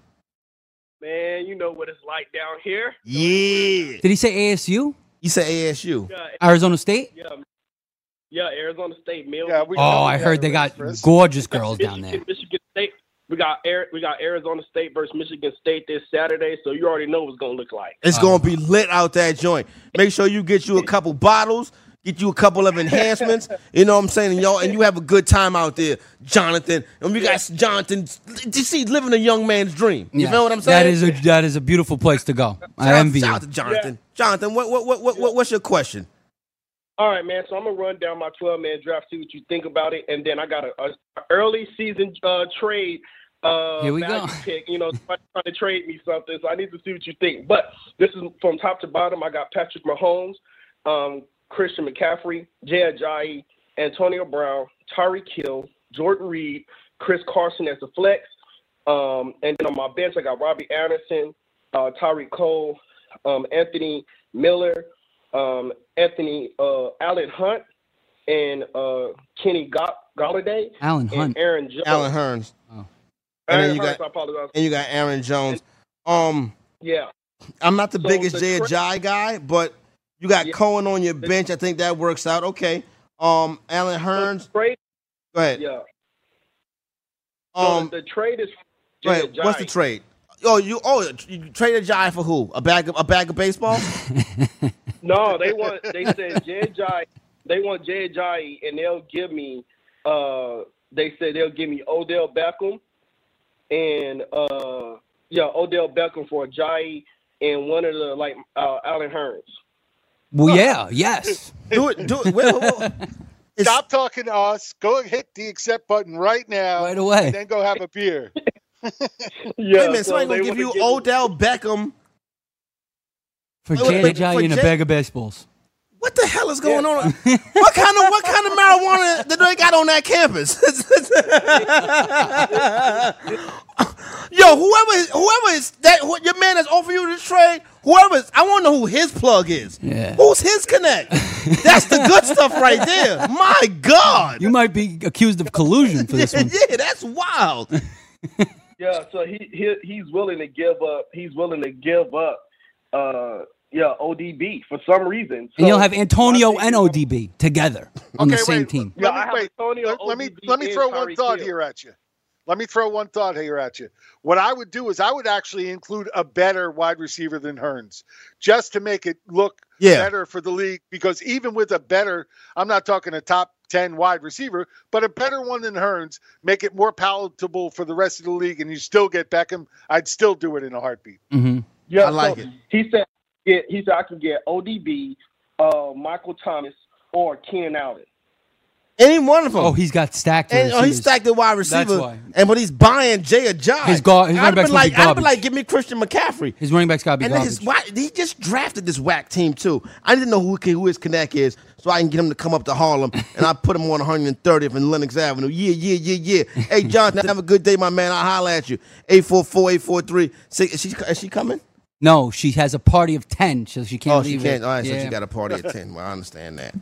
S11: Man, you know what it's like down here.
S3: Yeah.
S4: Did he say ASU?
S3: You said ASU.
S11: Yeah,
S4: Arizona State?
S11: yeah, yeah Arizona State, Mill.
S5: Yeah, we
S4: Oh, I heard they got gorgeous girls down there.
S11: Michigan, Michigan State. We got Ari- we got Arizona State versus Michigan State this Saturday, so you already know what it's gonna look like.
S3: It's gonna be lit out that joint. Make sure you get you a couple bottles, get you a couple of enhancements. You know what I'm saying, and y'all, and you have a good time out there, Jonathan. And we got Jonathan. You see, living a young man's dream. You
S4: Yeah.
S3: know what I'm saying?
S4: That is a that is a beautiful place to go. I
S3: Shout-
S4: envy you.
S3: Shout out to Jonathan. Jonathan, what what what what, what what's your question?
S11: All right, man. So I'm gonna run down my 12 man draft, see what you think about it, and then I got a, a early season uh, trade. Uh,
S4: Here we
S11: value
S4: go.
S11: Pick, you know, somebody's trying to trade me something, so I need to see what you think. But this is from top to bottom. I got Patrick Mahomes, um, Christian McCaffrey, Jay Ajayi, Antonio Brown, Tyreek Hill, Jordan Reed, Chris Carson as a flex, um, and then on my bench I got Robbie Anderson, uh, Tyreek Cole, um, Anthony Miller, um, Anthony uh, Allen Hunt, and uh, Kenny Go- Galladay.
S4: Alan
S11: and
S4: Hunt.
S11: Aaron Jones.
S3: Alan Hearns,
S11: Aaron
S3: and then you
S11: Hurts,
S3: got-
S11: I apologize.
S3: and you got Aaron Jones. Um,
S11: Yeah.
S3: I'm not the
S11: So
S3: biggest
S11: the
S3: Jay
S11: tra-
S3: Jai guy, but you got
S11: Yeah.
S3: Cohen on your bench. I think that works out okay. Um, Alan Hearns,
S11: Trade,
S3: go ahead.
S11: yeah. So
S3: Um,
S11: the trade is
S3: Wait,
S11: Jay
S3: what's the
S11: Ajayi.
S3: trade? Oh, you oh you traded Jai for who? A bag of a bag of baseball?
S11: No, they want they said Jay Jai they want Jay Jai and they'll give me uh They said they'll give me Odell Beckham and uh yeah, Odell Beckham for Ajayi and one of the like uh Allen Hearns.
S4: Well, yeah, yes.
S3: do it. Do it.
S5: Stop talking to us. Go and hit the accept button right now. Right
S4: away.
S5: And then go have a beer.
S3: Wait a minute, somebody gonna give you Odell Beckham.
S4: For
S3: Wait, wait,
S4: Janet Jai
S3: for
S4: and a
S3: Jan-
S4: bag of baseballs.
S3: What the hell is going on? What kind of what kind of marijuana that they got on that campus? Yo, whoever whoever is that who, your man that's offering you this trade, whoever is, I want to know who his plug is.
S4: Yeah.
S3: Who's his connect? That's the good stuff right there. My God.
S4: You might be accused of collusion for this
S3: Yeah,
S4: one.
S3: yeah, that's wild.
S11: Yeah, so he, he he's willing to give up. He's willing to give up. Uh, yeah, ODB for some reason. So
S4: And you'll have Antonio
S11: I
S4: and
S11: think-
S4: ODB together on the
S5: Okay,
S4: same
S5: wait.
S4: team.
S11: Yeah,
S5: Let
S11: I
S5: me,
S11: have
S5: wait,
S11: Antonio,
S5: let, let me
S11: ODB,
S5: let me
S11: and
S5: throw one
S11: Tyreek
S5: thought
S11: Hill.
S5: here at you. Let me throw one thought here at you. What I would do is I would actually include a better wide receiver than Hearns, just to make it look
S3: Yeah.
S5: better for the league. Because even with a better, I'm not talking a top ten wide receiver, but a better one than Hearns, make it more palatable for the rest of the league, and you still get Beckham. I'd still do it in a heartbeat.
S4: hmm
S11: Yeah,
S3: I like
S11: so
S3: it.
S11: He said, yeah, he said I can get ODB, uh, Michael Thomas, or Ken Allen.
S3: Any one of them.
S4: Oh, he's got stacked.
S3: And oh, he
S4: receivers.
S3: stacked the wide receiver,
S4: why.
S3: and but he's buying Jay a job.
S4: His guard- his running
S3: I'd
S4: backs will be
S3: been like, I'd been
S4: garbage.
S3: like, give me Christian McCaffrey.
S4: His running back's got to be
S3: And then his
S4: garbage.
S3: why he just drafted this whack team too. I need to know who can, who his connect is, so I can get him to come up to Harlem, and I put him on 130th and Lenox Avenue. Yeah, yeah, yeah, yeah. Hey, Jonathan, have a good day, my man. I'll holler at you. 844-843. See, Is she is she coming?
S4: No, she has a party of ten, so she can't
S3: Oh, she
S4: leave
S3: can't.
S4: it.
S3: All right, so
S4: Yeah,
S3: she got a party at ten. Well, I understand that.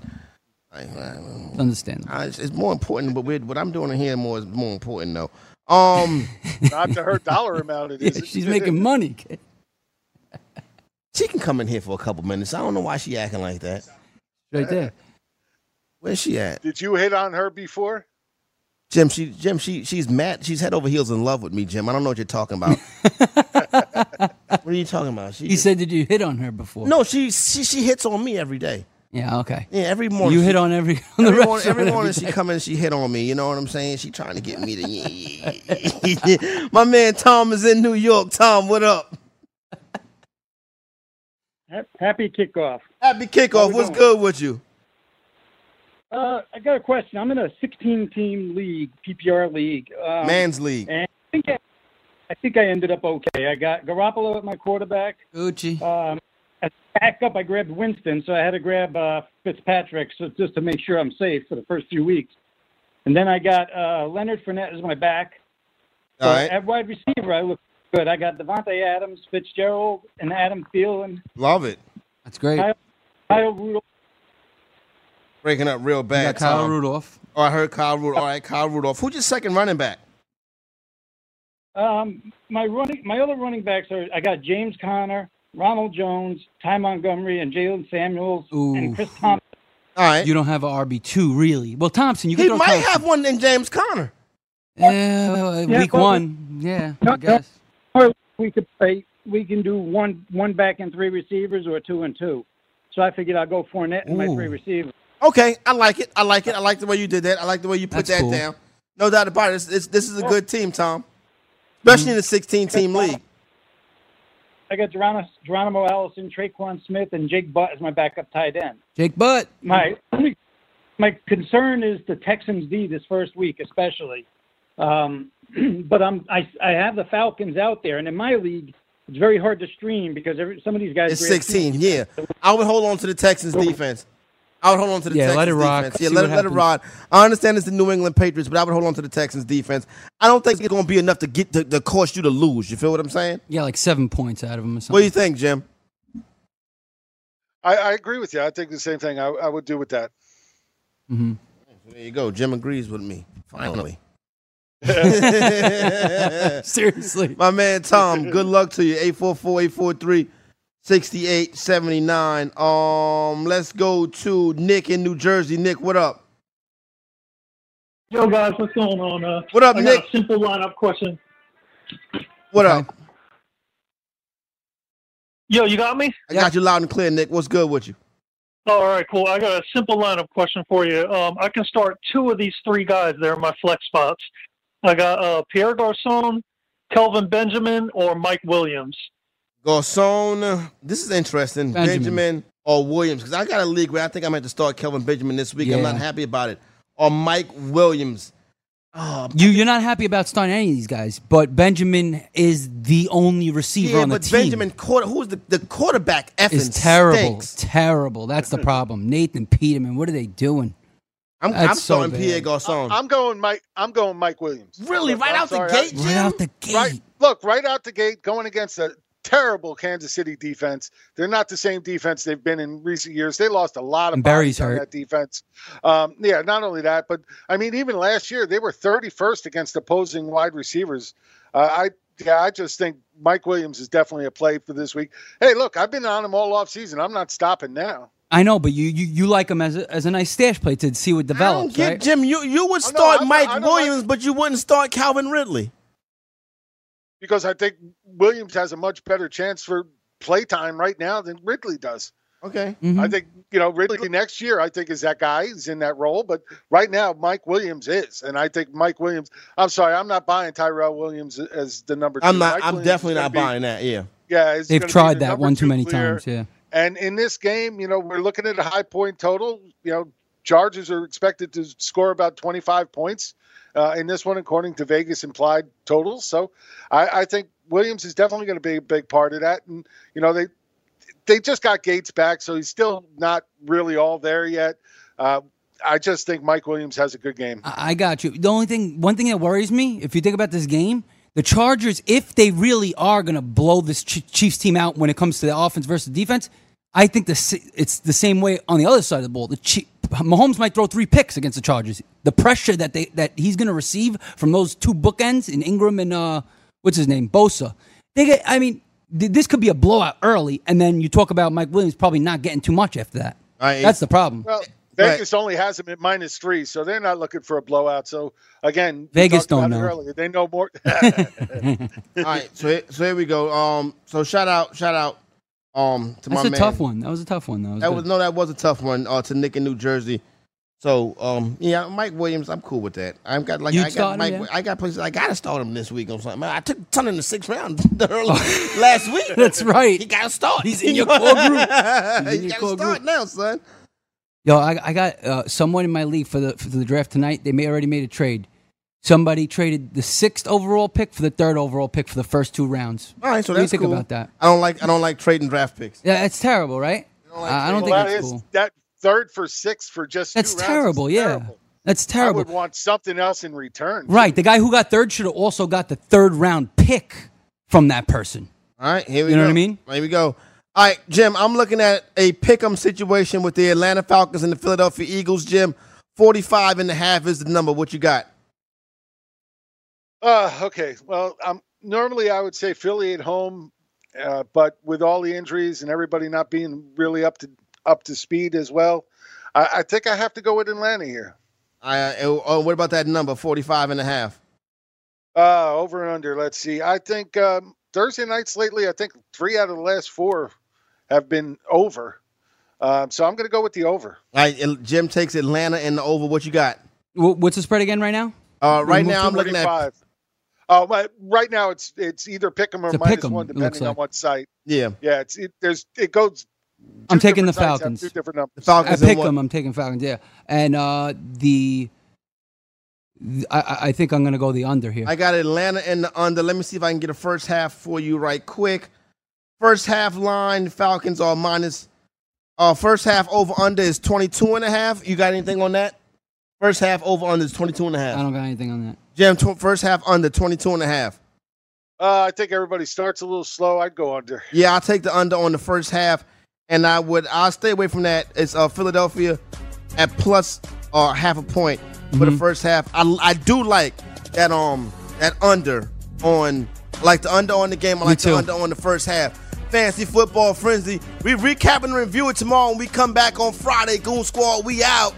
S3: I- I-
S4: it's understandable.
S3: I- Uh, it's it's more important, but we're, what I'm doing here more is more important though. Um.
S5: Not to her dollar amount. It is.
S4: Yeah, she's making money. kid.
S3: She can come in here for a couple minutes. I don't know why she acting like that.
S4: Right there.
S3: Where's she at?
S5: Did you hit on her before?
S3: Jim, she Jim, she she's mad. She's head over heels in love with me, Jim. I don't know what you're talking about. what are you talking about? She
S4: He said, "Did you hit on her before?"
S3: No, she, she she hits on me every day.
S4: Yeah. Okay.
S3: Yeah, every morning.
S4: You
S3: she-
S4: hit on every on the
S3: Every
S4: rest
S3: morning, every morning she
S4: day.
S3: come in, she hit on me. You know what I'm saying? She trying to get me to. Yeah, yeah, yeah, yeah. My man Tom is in New York. Tom, what up?
S12: Happy kickoff.
S3: Happy kickoff. What's good with you?
S12: Uh, I got a question. I'm in a 16 team league, PPR league. Um,
S3: Man's league.
S12: And I think I, I think I ended up okay. I got Garoppolo at my quarterback.
S4: Gucci.
S12: Um, as backup, I grabbed Winston, so I had to grab uh, Fitzpatrick so just to make sure I'm safe for the first few weeks. And then I got uh, Leonard Fournette as my back. So
S3: All right,
S12: At wide receiver, I look good. I got Devontae Adams, Fitzgerald, and Adam Thielen,
S3: love it.
S4: That's great. You
S12: Kyle, Kyle Rudolph.
S3: Breaking up real
S4: got
S3: bad.
S4: Kyle
S3: Tom.
S4: Rudolph.
S3: Oh, I heard Kyle Rudolph. All right, Kyle Rudolph. Who's your second running back?
S12: Um, my running, my other running backs are I got James Conner, Ronald Jones, Ty Montgomery, and Jalen Samuels,
S4: Ooh.
S12: and Chris Thompson.
S3: All right.
S4: You don't have a RB two really. Well, Thompson, you
S3: he
S4: could throw
S3: might
S4: Thompson.
S3: have one in James Conner.
S4: Yeah, uh,
S12: Yeah,
S4: week
S12: but-
S4: one. Yeah,
S12: No, no.
S4: I guess.
S12: Or we could play. We can do one one back and three receivers, or two and two. So I figured I'll go Fournette and my
S4: Ooh.
S12: three receivers.
S3: Okay, I like it. I like it. I like the way you did that. I like the way you put
S4: That's
S3: that
S4: cool.
S3: down. No doubt about it. It's, it's, this is a good team, Tom. Especially in a 16 team league.
S12: I got Geronimo, Geronimo Allison, Traquan Smith, and Jake Butt as my backup tight end.
S4: Jake Butt.
S12: My my concern is the Texans D this first week, especially. Um, but I'm I, I have the Falcons out there, and in my league, it's very hard to stream because every, some of these guys.
S3: It's
S12: grab-
S3: 16, yeah. I would hold on to the Texans defense. I would hold on to the
S4: Yeah,
S3: Texans
S4: let it rock.
S3: defense. Yeah,
S4: See
S3: let
S4: what
S3: it, let it
S4: happens.
S3: ride. I understand it's the New England Patriots, but I would hold on to the Texans defense. I don't think it's going to be enough to get to, to cost you to lose. You feel what I'm saying?
S4: Yeah, like seven points out of him or something.
S3: What do you think, Jim?
S5: I, I agree with you. I think the same thing. I, I would do with that.
S4: Mhm.
S3: There you go. Jim agrees with me. Finally.
S4: Seriously.
S3: My man Tom, good luck to you. 844-843-6879. Um, let's go to Nick in New Jersey. Nick, what up?
S12: Yo guys, what's going on? Uh,
S3: What up,
S12: I
S3: Nick?
S12: Got a simple lineup question.
S3: What
S4: Okay.
S3: up?
S12: Yo, you got me?
S3: I got you loud and clear, Nick. What's good with you?
S13: All right, cool. I got a simple lineup question for you. Um, I can start two of these three guys. They're my flex spots. I got uh, Pierre Garcon, Kelvin Benjamin, or Mike Williams.
S3: Garcon, this is interesting.
S13: Benjamin.
S3: Benjamin, or Williams, because I got a league where I think I'm going to start Kelvin Benjamin this week. I'm
S4: Yeah.
S3: not happy about it. Or Mike Williams. Oh,
S4: You, you're not happy about starting any of these guys, but Benjamin is the only receiver
S3: yeah,
S4: on the
S3: but
S4: team.
S3: Benjamin, quarter, who's the, the quarterback? Effing
S4: is terrible,
S3: stinks.
S4: terrible. That's the problem. Nathan Peterman, what are they doing?
S3: I'm,
S4: That's
S3: I'm
S4: so
S3: starting
S4: bad.
S3: Pierre Garcon.
S5: I'm going Mike. I'm going Mike Williams.
S3: Really, right out the gate, Right Jim?
S4: out the
S5: gate. look, right out the gate, going against a terrible Kansas City defense. They're not the same defense they've been in recent years. They lost a lot of
S4: And Barry's
S5: bodies on
S4: hurt.
S5: that defense. Um, yeah, not only that, but I mean, even last year they were 31st against opposing wide receivers. Uh, I yeah, I just think Mike Williams is definitely a play for this week. Hey, look, I've been on him all off season. I'm not stopping now.
S4: I know, but you you, you like him as a, as a nice stash play to see what
S3: I don't
S4: develops,
S3: get
S4: right?
S3: Jim. You you would start Mike Williams, but you wouldn't start Calvin Ridley.
S5: because I think Williams has a much better chance for playtime right now than Ridley does.
S3: Okay.
S5: I think, you know, Ridley next year, I think, is that guy. He's in that role. But right now, Mike Williams is. And I think Mike Williams, I'm sorry, I'm not buying Tyrell Williams as the number two.
S3: I'm not.
S5: Mike
S3: I'm
S5: Williams
S3: definitely
S5: is gonna
S3: not
S5: be-
S3: buying that. Yeah.
S5: Yeah. is
S4: They've
S5: gonna be
S4: tried
S5: the
S4: that
S5: number
S4: one too
S5: two
S4: many
S5: clear.
S4: times. Yeah,
S5: And in this game, you know, we're looking at a high point total. You know, Chargers are expected to score about 25 points uh, in this one, according to Vegas implied totals. So I, I think Williams is definitely going to be a big part of that. And, you know, they they just got Gates back, so he's still not really all there yet. Uh, I just think Mike Williams has a good game.
S4: I, I got you. The only thing, one thing that worries me, if you think about this game, the Chargers, if they really are going to blow this Ch- Chiefs team out when it comes to the offense versus defense, I think the s- it's the same way on the other side of the ball. The Chief, Mahomes might throw three picks against the Chargers. The pressure that they that he's going to receive from those two bookends in Ingram and uh, what's his name, Bosa. They get, I mean, th- this could be a blowout early, and then you talk about Mike Williams probably not getting too much after that. That's the problem.
S5: Well, Vegas only has them at minus three, so they're not looking for a blowout. So again, we
S4: Vegas
S5: talked about
S4: don't
S5: it
S4: know.
S5: Earlier. They know more.
S3: All right. So here- so here we go. Um. So shout out shout out um to
S4: That's
S3: my
S4: a
S3: man.
S4: tough one. That was a tough one. That was,
S3: That
S4: good.
S3: was no, that was a tough one uh, to Nick in New Jersey. So um, yeah, Mike Williams, I'm cool with that. I've got like
S4: You'd
S3: I
S4: start
S3: got
S4: him,
S3: Mike,
S4: yeah?
S3: I got places I gotta start him this week or something. I took ton in the sixth round early, last week.
S4: That's right.
S3: He gotta start.
S4: He's in your core group. He's in
S3: He
S4: your
S3: gotta
S4: core
S3: start now, son.
S4: Yo, I, I got uh, someone in my league for the for the draft tonight. They may already made a trade. Somebody traded the sixth overall pick for the third overall pick for the first two rounds.
S3: All right, so
S4: what do you
S3: that's
S4: think
S3: cool.
S4: about that?
S3: I don't like I don't like trading draft picks.
S4: Yeah, it's terrible, right? I I don't
S5: Well,
S4: think
S5: that
S4: it's
S5: is-
S4: cool.
S5: That third for six for just
S4: That's
S5: two rounds is
S4: terrible. Yeah, that's
S5: I
S4: terrible.
S5: would want something else in return.
S4: Right, the guy who got third should have also got the third round pick from that person.
S3: All right, here we
S4: You
S3: go.
S4: know what I mean?
S3: Here we go. All right, Jim, I'm looking at a pick'em situation with the Atlanta Falcons and the Philadelphia Eagles, Jim. 45 and a half is the number. What you got?
S5: Uh, okay. Well, um, normally I would say Philly at home, uh, but with all the injuries and everybody not being really up to up to speed as well, I, I think I have to go with Atlanta here.
S3: I, uh, oh, what about that number, 45 and a half?
S5: Uh, over and under. Let's see. I think um, Thursday nights lately, I think three out of the last four have been over. Um, so I'm going to go with the over.
S3: All right, and Jim takes Atlanta in the over. What you got?
S4: What's the spread again right now?
S3: Uh, right now, I'm looking at
S5: 45. Oh, my, right now it's it's either pick 'em or
S4: It's a
S5: minus
S4: pick 'em,
S5: one,
S4: it looks
S5: depending on
S4: like.
S5: what site.
S3: yeah.
S5: Yeah, it's it, there's it goes.
S4: I'm
S5: two
S4: taking the
S5: different sites have
S4: Falcons.
S5: Two different numbers.
S4: I pick them. I'm taking Falcons. Yeah, and uh, the th- I- I, I think I'm gonna go the under here.
S3: I got Atlanta in the under. Let me see if I can get a first half for you right quick. First half line, Falcons are minus. Uh, first half over under is 22 and a half. You got anything on that? First half over under is 22 and a half. I
S4: don't got anything on that.
S3: Jim, tw- first half under 22 and a half.
S5: Uh, I think everybody starts a little slow. I'd go under.
S3: Yeah, I'll take the under on the first half, and I would I'll stay away from that. It's uh, Philadelphia at plus uh, half a point for the first half. I, I do like that um that under on I like the under on the game. I like the
S4: too.
S3: under on the first half. Fancy football frenzy. We recap and review it tomorrow, and we come back on Friday. Goon Squad, we out.